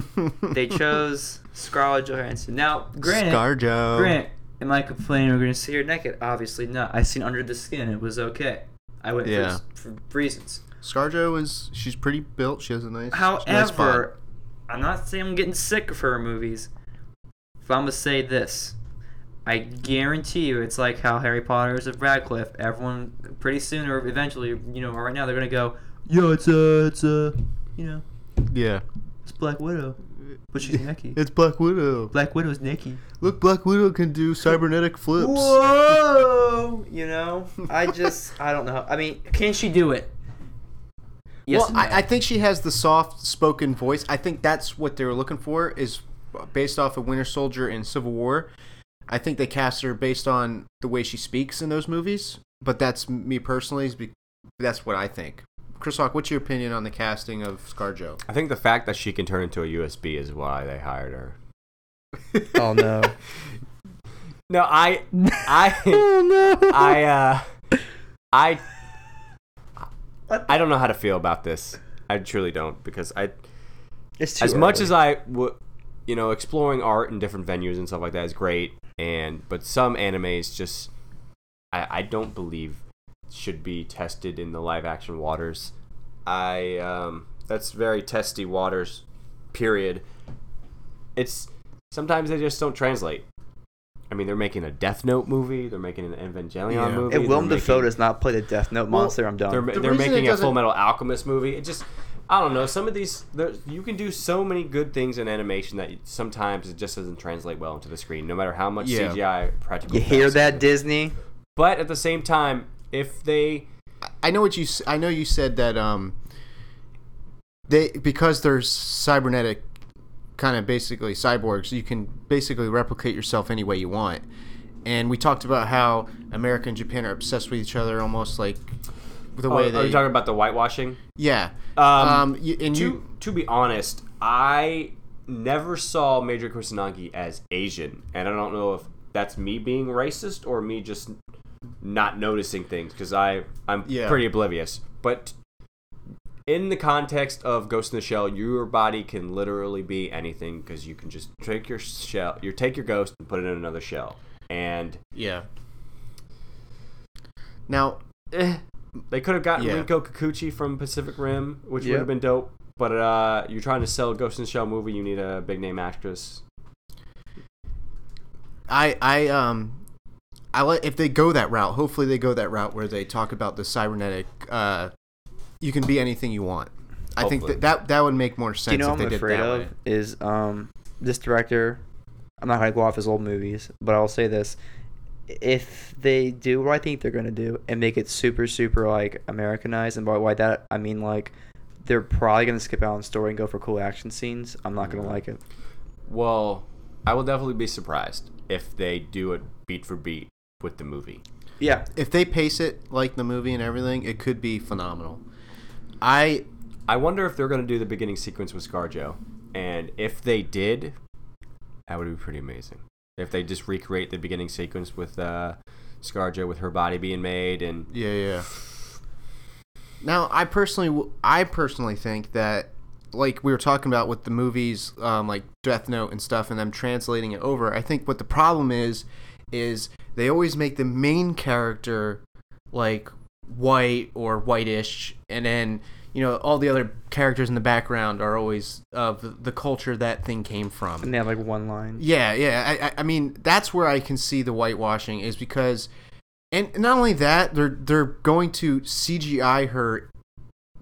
F: they chose Scarlett Johansson. Now, granted,
D: Scarjo.
F: Grant, Am I complaining we're gonna see her naked? Obviously not. I seen under the skin. It was okay. I went
D: Yeah.
F: for, for reasons.
D: ScarJo is she's pretty built. She has a nice. nice
F: However, I'm not saying I'm getting sick of her movies. If I'm gonna say this, I guarantee you, it's like how Harry Potter's of Radcliffe. Everyone, pretty soon or eventually, you know, or right now, they're gonna go, "Yo, it's a, it's a, you know,
D: vibe. yeah,
F: it's Black Widow, but she's Nikki.
D: it's Black Widow.
F: Black Widow's Nikki."
D: Look, Black Widow can do cybernetic flips.
E: Whoa! You know, I just, I don't know. I mean,
F: Can she do it? Yes.
D: well, I, I think she has the soft spoken voice. I think that's what they were looking for. Is based off of Winter Soldier and Civil War. I think they cast her based on the way she speaks in those movies. But that's me personally. Is be- that's what I think. Chris Hawk, what's your opinion on the casting of ScarJo?
C: I think the fact that she can turn into a USB is why they hired her.
E: oh no.
C: No, I, I,
E: Oh,
C: I, uh, I, I don't know how to feel about this. I truly don't because I,
E: It's too
C: as much
E: early.
C: as I would, you know, exploring art in different venues and stuff like that is great. And but some animes just, I, I don't believe should be tested in the live action waters. I um, that's very testy waters. Period. It's sometimes they just don't translate. I mean, they're making a Death Note movie. They're making an Evangelion
D: Yeah.
C: movie.
E: If Willem
C: they're
E: Dafoe
C: making-
E: does not play the Death Note monster, I'm done.
C: they're,
D: The
C: they're
D: reason it
C: making a
D: doesn't-
C: Full Metal Alchemist movie. It just, I don't know. Some of these, there, you can do so many good things in animation that sometimes it just doesn't translate well into the screen, no matter how much
D: Yeah.
C: CGI practical.
E: you hear
C: effects.
E: that, Disney?
C: But at the same time, if they,
D: I know what you. s- I know you said that um, they because they're cybernetic, kind of basically cyborgs. You can basically replicate yourself any way you want. And we talked about how America and Japan are obsessed with each other, almost like the
C: oh,
D: way
C: are
D: they.
C: you talking about the whitewashing?
D: yeah.
C: Um,
D: you, and
C: to
D: you.
C: to be honest, I never saw Major Kusanagi as Asian, and I don't know if that's me being racist or me just not noticing things because I I'm
D: Yeah.
C: pretty oblivious. But in the context of Ghost in the Shell, your body can literally be anything because you can just take your shell, you take your ghost and put it in another shell, and
D: Yeah. Now,
C: They could have gotten
D: Yeah.
C: Rinko Kikuchi from Pacific Rim, which
E: Yeah.
C: would have been dope. But uh, you're trying to sell a Ghost in the Shell movie, you need a big name actress.
D: I I um I like if they go that route. Hopefully they go that route where they talk about the cybernetic. Uh, you can be anything you want. I think
C: Hopefully.
D: that, that that would make more sense
E: you know
D: if
E: what
D: they
E: I'm
D: did
E: afraid
D: that
E: of
D: way.
E: is um this director. I'm not gonna go off his old movies, but I'll say this: if they do what I think they're gonna do and make it super super like Americanized, and by why that I mean like they're probably gonna skip out on story and go for cool action scenes. I'm not gonna like it.
C: Well, I will definitely be surprised if they do it beat for beat with the movie.
E: Yeah,
D: If they pace it like the movie and everything, it could be phenomenal. I
C: I wonder if they're going to do the beginning sequence with ScarJo. And if they did, that would be pretty amazing. If they just recreate the beginning sequence with uh, ScarJo with her body being made and
D: yeah yeah. Now I personally w- I personally think that like we were talking about with the movies um, like Death Note and stuff and them translating it over. I think what the problem is is they always make the main character like white or whitish and then you know all the other characters in the background are always of the culture that thing came from.
E: and they have like one line.
D: Yeah, yeah. I, I, I mean, that's where I can see the whitewashing is because, and not only that, they're they're going to CGI her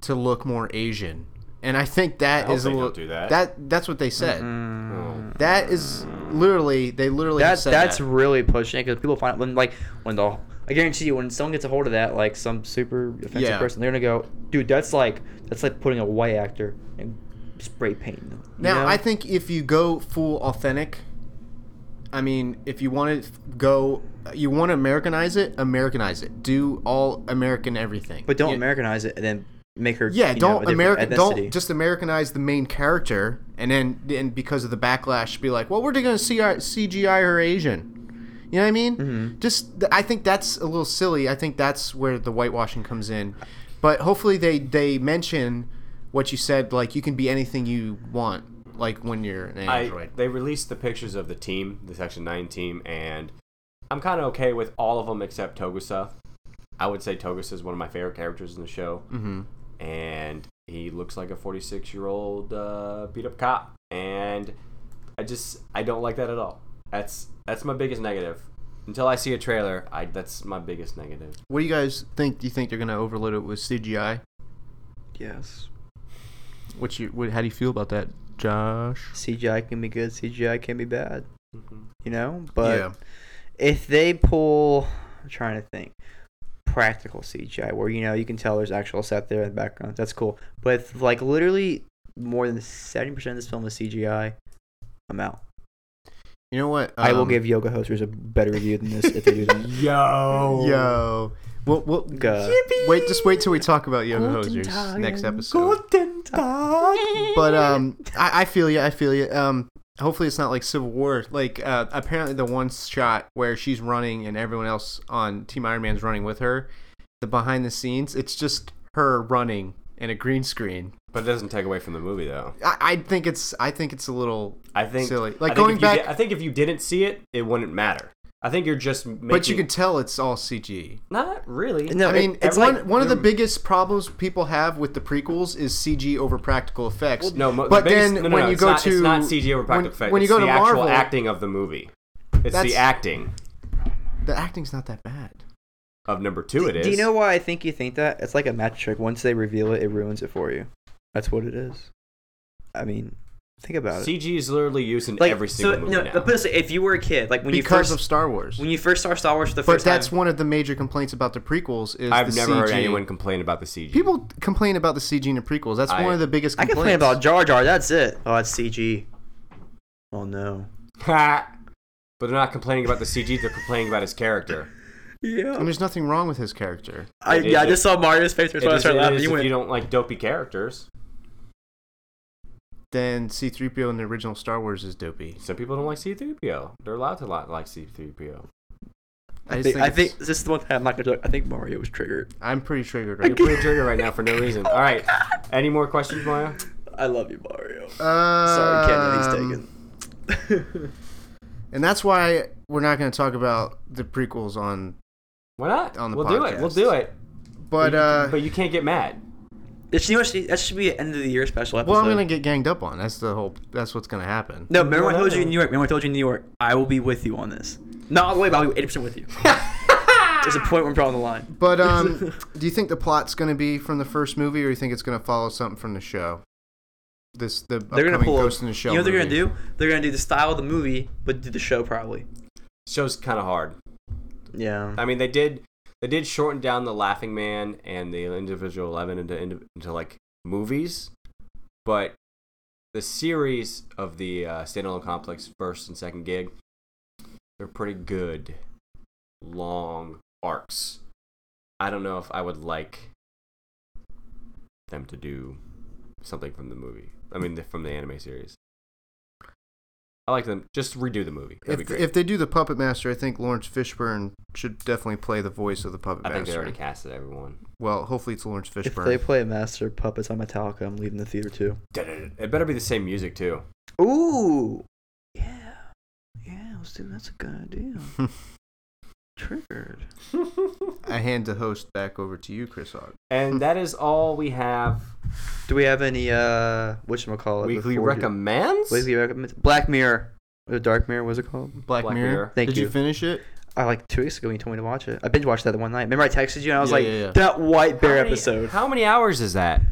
D: to look more Asian, and I think
C: I
D: that
C: hope
D: is
C: they
D: a
C: don't
D: little
C: do that. Mm-hmm.
D: that's what they said.
E: Mm.
D: That is literally they literally
E: That's
D: said
E: that's
D: that.
E: really pushing it because people find when like when the I guarantee you when someone gets a hold of that like some super offensive
D: Yeah.
E: person they're gonna go dude that's like that's like putting a white actor and spray painting them. you
D: Now
E: know?
D: I think if you go full authentic, I mean, if you want to go, you want to Americanize it, Americanize it. Do all American everything,
E: but don't
D: You-
E: Americanize it and then make her
D: Yeah,
E: you know,
D: don't
E: a different
D: American don't
E: ethnicity.
D: just Americanize the main character, and then and because of the backlash, be like, well, we're going to CGI her Asian. You know what I mean?
E: Mm-hmm.
D: Just th- I think that's a little silly. I think that's where the whitewashing comes in. But hopefully they they mention what you said, like you can be anything you want, like when you're an
C: I,
D: android.
C: they released the pictures of the team, the Section 9 team, and I'm kind of okay with all of them except Togusa. I would say Togusa is one of my favorite characters in the show,
D: Mm-hmm.
C: and he looks like a 46 year old uh, beat up cop, and I just I don't like that at all. That's that's my biggest negative. Until I see a trailer, I that's my biggest negative.
D: What do you guys think? Do you think they're gonna overload it with CGI?
E: Yes.
D: What you? What, how do you feel about that, Josh?
E: CGI can be good. CGI can be bad.
D: Mm-hmm.
E: You know, but
D: yeah.
E: if they pull, I'm trying to think, practical CGI where you know you can tell there's actual set there in the background. That's cool. But if, like literally more than seventy percent of this film is CGI. I'm out.
D: You know what?
E: I will
D: um,
E: give Yoga Hosters a better review than this if they do that.
C: Yo,
D: Yo. Well, well,
E: God.
D: wait. Just wait till we talk about Yoga Hosers next episode. But um, I, I feel you. I feel you. Um, hopefully it's not like Civil War. Like uh, apparently the one shot where she's running and everyone else on Team Iron Man's running with her. The behind the scenes, it's just her running and a green screen.
C: But it doesn't take away from the movie though.
D: I, I think it's. I think it's a little.
C: I think
D: Silly.
C: I
D: Like,
C: think
D: going
C: if you
D: back-
C: di- I think if you didn't see it, it wouldn't matter. I think you're just. Making,
D: But you could tell it's all CG.
C: not really.
E: No,
D: I mean,
E: it-
D: it's
C: like- mm.
D: one one of the biggest problems people have with the prequels is CG over practical effects.
C: No, mo-
D: but
C: the biggest-
D: then
C: no, no,
D: when
C: no,
D: you
C: it's
D: go
C: not,
D: to
C: it's not CG over practical
D: when,
C: effects.
D: when you go
C: it's
D: to
C: the actual
D: Marvel,
C: acting of the movie. It's
D: That's-
C: the acting
D: the acting's not that bad.
C: of number two. It is.
E: Do you know why I think you think that? It's like a magic trick. Once they reveal it, it ruins it for you. That's what it is. I mean, think about it.
C: CG is literally used in
E: Like,
C: every
F: So
C: single movie
F: no,
C: now.
F: but put it this way, if you were a kid, like when you
D: because
F: first
D: of Star Wars.
F: when you first saw Star Wars for the
D: But
F: first time,
D: that's one of the major complaints about the prequels is
C: I've
D: the
C: never
D: CG.
C: heard anyone complain about the CG.
D: People complain about the CG in the prequels. That's
C: I-
D: one of the biggest
E: I
D: complaints.
E: complain about Jar Jar. That's it. Oh, that's CG. Oh no.
C: but they're not complaining about the CG. They're complaining about his character.
D: I
E: Yeah.
D: mean, there's nothing wrong with his character.
E: I,
C: It
E: yeah, I
C: is-
E: just saw Mario's face when
C: It
E: I
C: is-
E: started
C: it
E: laughing.
C: is
E: You
C: if
E: went.
C: you don't like dopey characters,
D: Then C-3PO in the original Star Wars is dopey.
C: some people don't like C-3PO. They're allowed to li- like C-3PO.
D: I just
E: I think, I
D: it's-
E: think this is the one thing I'm not gonna joke. I think Mario was triggered.
D: I'm pretty triggered
C: You're
D: right
C: pretty triggered right now for no reason. All right. Any more questions, Mario?
E: I love you, Mario.
D: now. Um,
C: Uh,
E: Sorry, Ken, he's taken.
D: And that's why we're not going to talk about the prequels on.
C: Why not?
D: On the
C: we'll do it. We'll
D: podcast.
C: do it.
D: But
C: you,
D: uh,
C: but you can't get mad.
E: it's, you know, what, she- that should be an end of the year special episode.
D: well, I'm going to get ganged up on. That's the whole. That's what's going to happen.
E: No, remember when I told
C: No.
E: you in New York. Remember when I told you in New York. I will be with you on this. Not all the way, but I'll be 80% with you. There's a point where I'm drawing the line.
D: But um, do you think the plot's going to be from the first movie, or you think it's going to follow something from the show? This the
E: They're gonna
D: upcoming
E: pull.
D: Ghost in the Shell.
E: you know what they're
D: movie.
E: gonna do? They're gonna do the style of the movie, but do the show probably.
C: Show's kind of hard.
E: Yeah.
C: I mean, they did they did shorten down the Laughing Man and the Individual Eleven into into, into like movies, but the series of the uh, standalone complex first and second gig, they're pretty good, long arcs. I don't know if I would like them to do something from the movie. I mean, the, from the anime series. I like them. Just redo the movie. That'd be
D: If,
C: great.
D: if they do the Puppet Master, I think Lawrence Fishburne should definitely play the voice of the Puppet
C: I think they
D: Master.
C: already casted everyone.
D: Well, hopefully it's Lawrence
E: If they
D: Fishburne.
E: play Master Puppets on Metallica, I'm leaving the theater too.
C: It better be the same music too.
E: Ooh. Yeah. Yeah, let's do that's a good idea. Triggered.
D: I hand the host back over to you, Chris Hogg.
C: And that is all we have.
E: Do we have any uh whatchamacallit?
C: Weekly
E: before-
C: recommends?
E: Weekly recommends Black Mirror. Or Dark Mirror, what's it called?
D: Black,
C: Black
D: Mirror.
C: Mirror.
E: Thank
D: Did
E: you.
D: finish it?
E: I like two weeks ago when you told me to watch it. I binge watched that the one night. Remember I texted you and I was
D: Yeah,
E: like,
D: yeah, yeah.
E: that white bear
C: How many-
E: episode.
C: How many hours is that?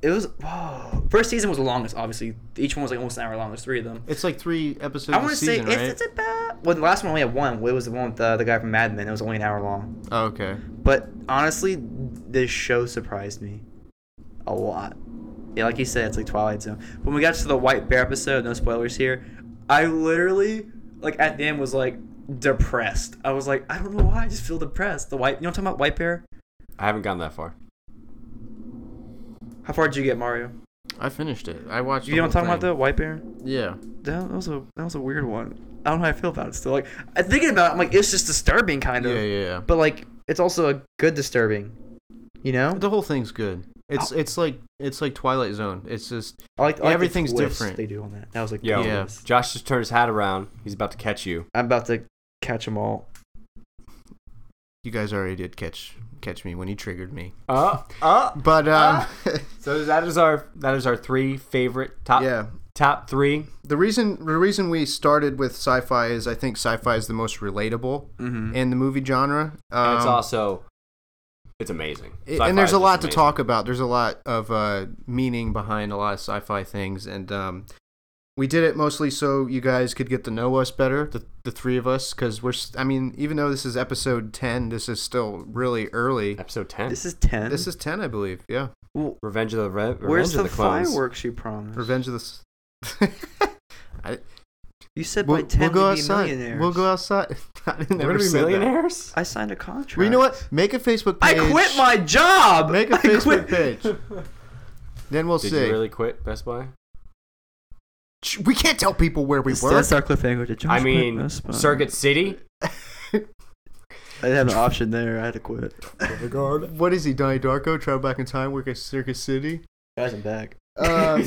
E: It was whoa. First season was the longest, obviously. Each one was like almost an hour long. There's three of them.
D: It's like three episodes.
E: I
D: want to
E: say
D: right?
E: it's, it's about. Well, the last one only had one. It was the one with uh, the, the guy from Mad Men. It was only an hour long.
D: Oh, okay.
E: But honestly, this show surprised me a lot. Yeah, like you said, it's like Twilight Zone. When we got to the White Bear episode, no spoilers here. I literally, like at the end, was like depressed. I was like, I don't know why. I just feel depressed. The white. You know what I'm talking about? White Bear.
C: I haven't gone that far.
E: How far did you get, Mario?
D: I finished it. I watched.
E: You know what I'm talking about, the White Bear.
D: though? Yeah.
E: That was a that was a weird one. I don't know how I feel about it still. Like I'm thinking about it, I'm like it's just disturbing kind
D: Yeah,
E: of.
D: yeah, yeah.
E: But like it's also a good disturbing. You know?
D: The whole thing's good. It's it's like it's like Twilight Zone. It's just
E: I like, I like the
D: everything's
E: twist
D: different.
E: They do on that. That was like
C: Yo,
D: Yeah.
E: yes.
C: Josh just turned his hat around. He's about to catch you.
E: I'm about to catch them all.
D: You guys already did catch catch me when you triggered me.
C: Uh, uh.
D: But um,
C: So that is our that is our three favorite top
D: um, yeah,
C: top three.
D: the reason the reason we started with sci-fi is I think sci-fi is the most relatable in the movie genre. Um,
C: And it's also it's amazing.
D: it-
C: Sci-fi
D: and there's
C: is
D: a
C: just
D: lot to
C: amazing.
D: talk about. There's a lot of uh, meaning behind a lot of sci-fi things, and um, we did it mostly so you guys could get to know us better, the, the three of us, because we're. s- I mean, even though this is episode ten, this is still really early.
C: Episode ten.
E: This is ten.
D: This is ten, I believe. Yeah,
E: Well,
C: Revenge of the Re- Revenge
E: where's
C: of
E: the,
C: the, Clones.
E: fireworks you promised?
D: Revenge of the. S-
E: You said
D: we'll,
E: by ten
D: we'll go
E: we'd be
D: outside.
E: millionaires.
D: We'll go outside. I
C: We're
D: never
C: gonna be
D: said that.
C: millionaires.
E: I signed a contract.
D: Well, you know what? Make a Facebook
E: I
D: page.
E: quit my job.
D: Make a
E: I quit.
D: Facebook page. Then we'll
C: Did
D: see.
C: you really quit Best Buy?
D: Ch- We can't tell people where we
E: Star
D: work.
E: Star cliffhanger to Josh
C: I mean,
E: Quitness, but-
C: Circuit City.
E: I didn't have an option there. I had to quit.
D: What is he, Donnie Darko? Travel back in time, work at Circus City.
E: Guys, I'm back.
D: Uh,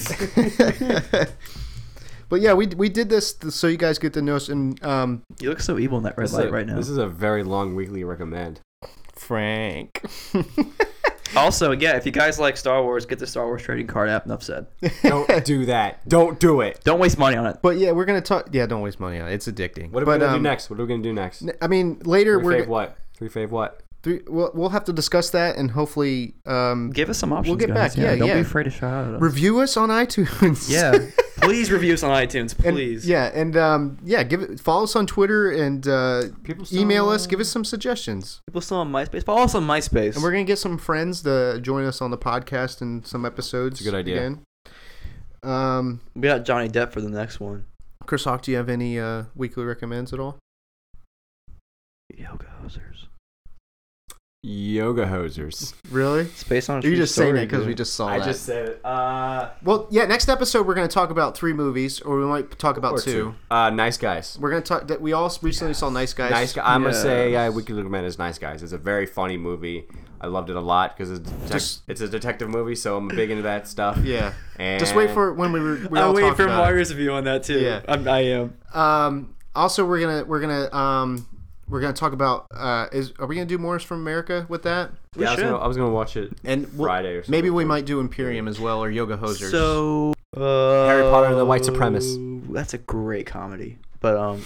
D: but yeah, we we did this th- so you guys get to know us. And um,
E: You look so evil in that red
C: This is
E: light
C: a-
E: right now.
C: This is a very long weekly recommend.
D: Frank.
E: Also, yeah, if you guys like Star Wars, get the Star Wars trading card app. Enough said.
C: Don't do that. Don't do it.
E: Don't waste money on it.
D: but yeah, we're gonna talk. Yeah, don't waste money on it. It's addicting.
C: What are
D: but,
C: we gonna
D: um,
C: do next? What are we gonna do next?
D: n- I mean, later
C: Three
D: we're
C: fave
D: g-
C: what? Three fave what?
D: three, we'll, we'll have to discuss that and hopefully um,
E: Give us some options.
D: get
E: guys.
D: back, yeah,
E: don't
D: yeah.
E: be afraid to shout out. At us.
D: review us on iTunes.
E: yeah, please review us on iTunes,
D: And-
E: please.
D: yeah, and um, yeah, give it, follow us on Twitter and uh,
C: People still-
D: email us. Give us some suggestions,
E: People still on MySpace, follow us on MySpace.
D: and we're gonna get some friends to join us on the podcast in some episodes.
C: It's a good idea.
D: Again. Um,
E: we got Johnny Depp for the next one.
D: Chris Hawk, do you have any uh, weekly recommends at all?
E: Yoga hosers.
C: Yoga hosers.
D: Really?
E: Space on. a
D: Are you
E: True
D: just saying
E: Story,
D: that because we
E: dude.
D: just saw that?
C: said it. Uh,
D: Well, yeah. Next episode, we're gonna talk about three movies, or we might talk about 2 two.
C: Uh, nice guys.
D: We're gonna talk that we all recently saw Nice Guys.
C: Nice guy. I'm gonna say yeah,
E: Yes.
C: Weekly Recommend is Nice Guys. It's a very funny movie. I loved it a lot because it's, a detec-
D: Just-
C: it's a detective movie, so I'm big into that stuff.
D: Yeah.
C: And
D: Just wait for when we were. We
E: I
D: all
E: wait
D: talk
E: for
D: about it.
E: Mario's view on that too.
D: Yeah.
E: I'm, I am.
D: Um, also, we're gonna we're gonna um, we're gonna talk about uh, is are we gonna do Morris from America with that?
C: Yeah, I was, gonna, I was gonna watch it.
D: And we'll-
C: Friday or something.
D: maybe we might do Imperium as well or Yoga Hosers.
E: So
C: Harry Potter and the White Supremacist.
E: uh, That's a great comedy, but um,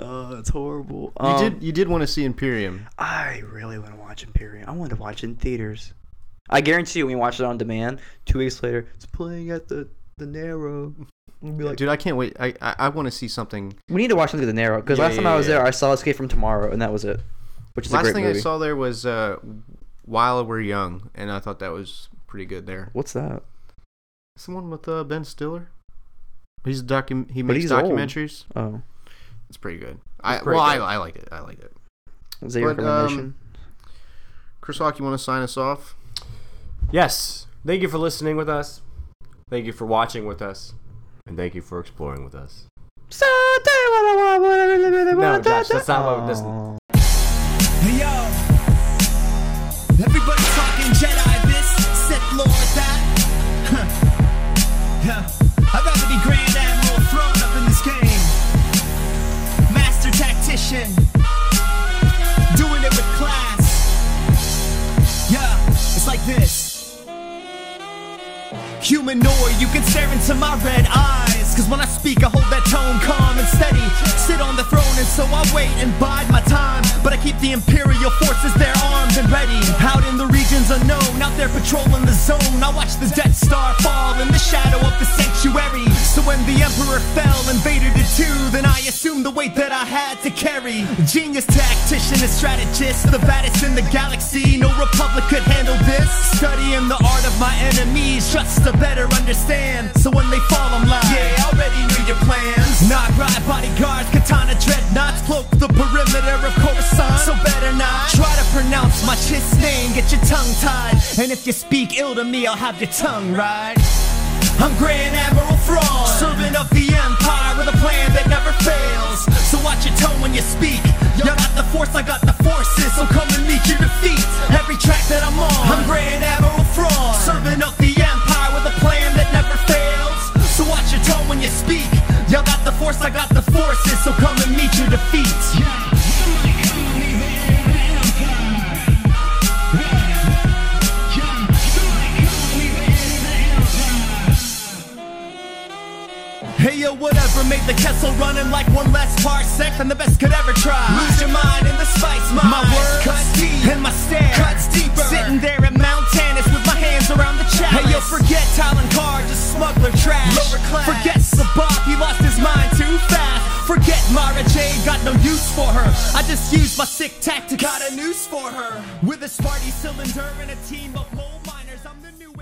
E: uh, it's horrible.
D: you
E: Um,
D: did you did want to see Imperium?
E: I really want to watch Imperium. I wanted to watch it in theaters. I guarantee you, when you watch it on demand, two weeks later, it's playing at the the Narrow. We'll be like,
D: Dude, I can't wait. I I, I want to see something.
E: we need to watch something at the Narrow because
D: Yeah,
E: last time
D: yeah,
E: I was
D: yeah.
E: there, I saw Escape from Tomorrow, and that was it. Which is a
D: Last
E: great
D: thing
E: movie.
D: I saw there was uh, While We're Young, and I thought that was pretty good there.
E: What's that?
D: Someone with uh, Ben Stiller. He's a docu- he
E: But
D: makes
E: he's old.
D: documentaries.
E: Oh,
D: It's pretty good. I
C: pretty
D: well,
C: good.
D: I I liked it. I liked it.
E: is that your
D: But, um,
E: recommendation?
D: Chris Hawk, you want to sign us off?
C: Yes. Thank you for listening with us. Thank you for watching with us. And thank you for exploring with us. No, Josh, that's not what. That's,
G: Hey yo, everybody talking Jedi this, Sith Lord that. Huh. Yeah. I'd rather be Grand Admiral thrown up in this game. Master tactician, doing it with class. Yeah, it's like this. Humanoid, you can stare into my red eyes. Cause when I speak, I hold that tone calm and steady. Sit on the throne, and so I wait and bide my time. But I keep the Imperial forces there armed and ready. Out in the regions unknown, out there patrolling the zone. I watch the Death Star fall in the shadow of the sanctuary. So when the Emperor fell and Vader did too, then I assumed the weight that I had to carry. Genius tactician and strategist, the baddest in the galaxy. No republic could handle this. Studying the art of my enemies just to better understand. So when they fall, I'm like, yeah, I already knew your plans. Not right, bodyguards, katana dreadnoughts, cloak the perimeter of Coruscant. So better not try to pronounce my shit's name, get your tongue tied. And if you speak ill to me, I'll have your tongue right. I'm Grand Admiral Thrawn, servant of the Empire with a plan that never fails. So watch your tone when you speak. Y'all got the force, I got the forces. So come and meet your defeat. Every track that I'm on, I'm Grand Admiral Thrawn, servant of the Empire with a plan that never fails. So watch your tone when you speak. Y'all got the force, I got the forces. So come and meet your defeat. Hey yo, whatever made the Kessel running like one less parsec than the best could ever try. Lose your mind in the spice mine. My words cuts deep and my stare cuts deeper. Sitting there at Mount Tanis with my hands around the chalice. Hey yo, forget Talon Carr, just smuggler trash. Lower class. Forget Sabak, he lost his mind too fast. Forget Mara Jade, got no use for her. I just used my sick tactic, got a noose for her. With a Sparty cylinder and a team of mole miners, I'm the new.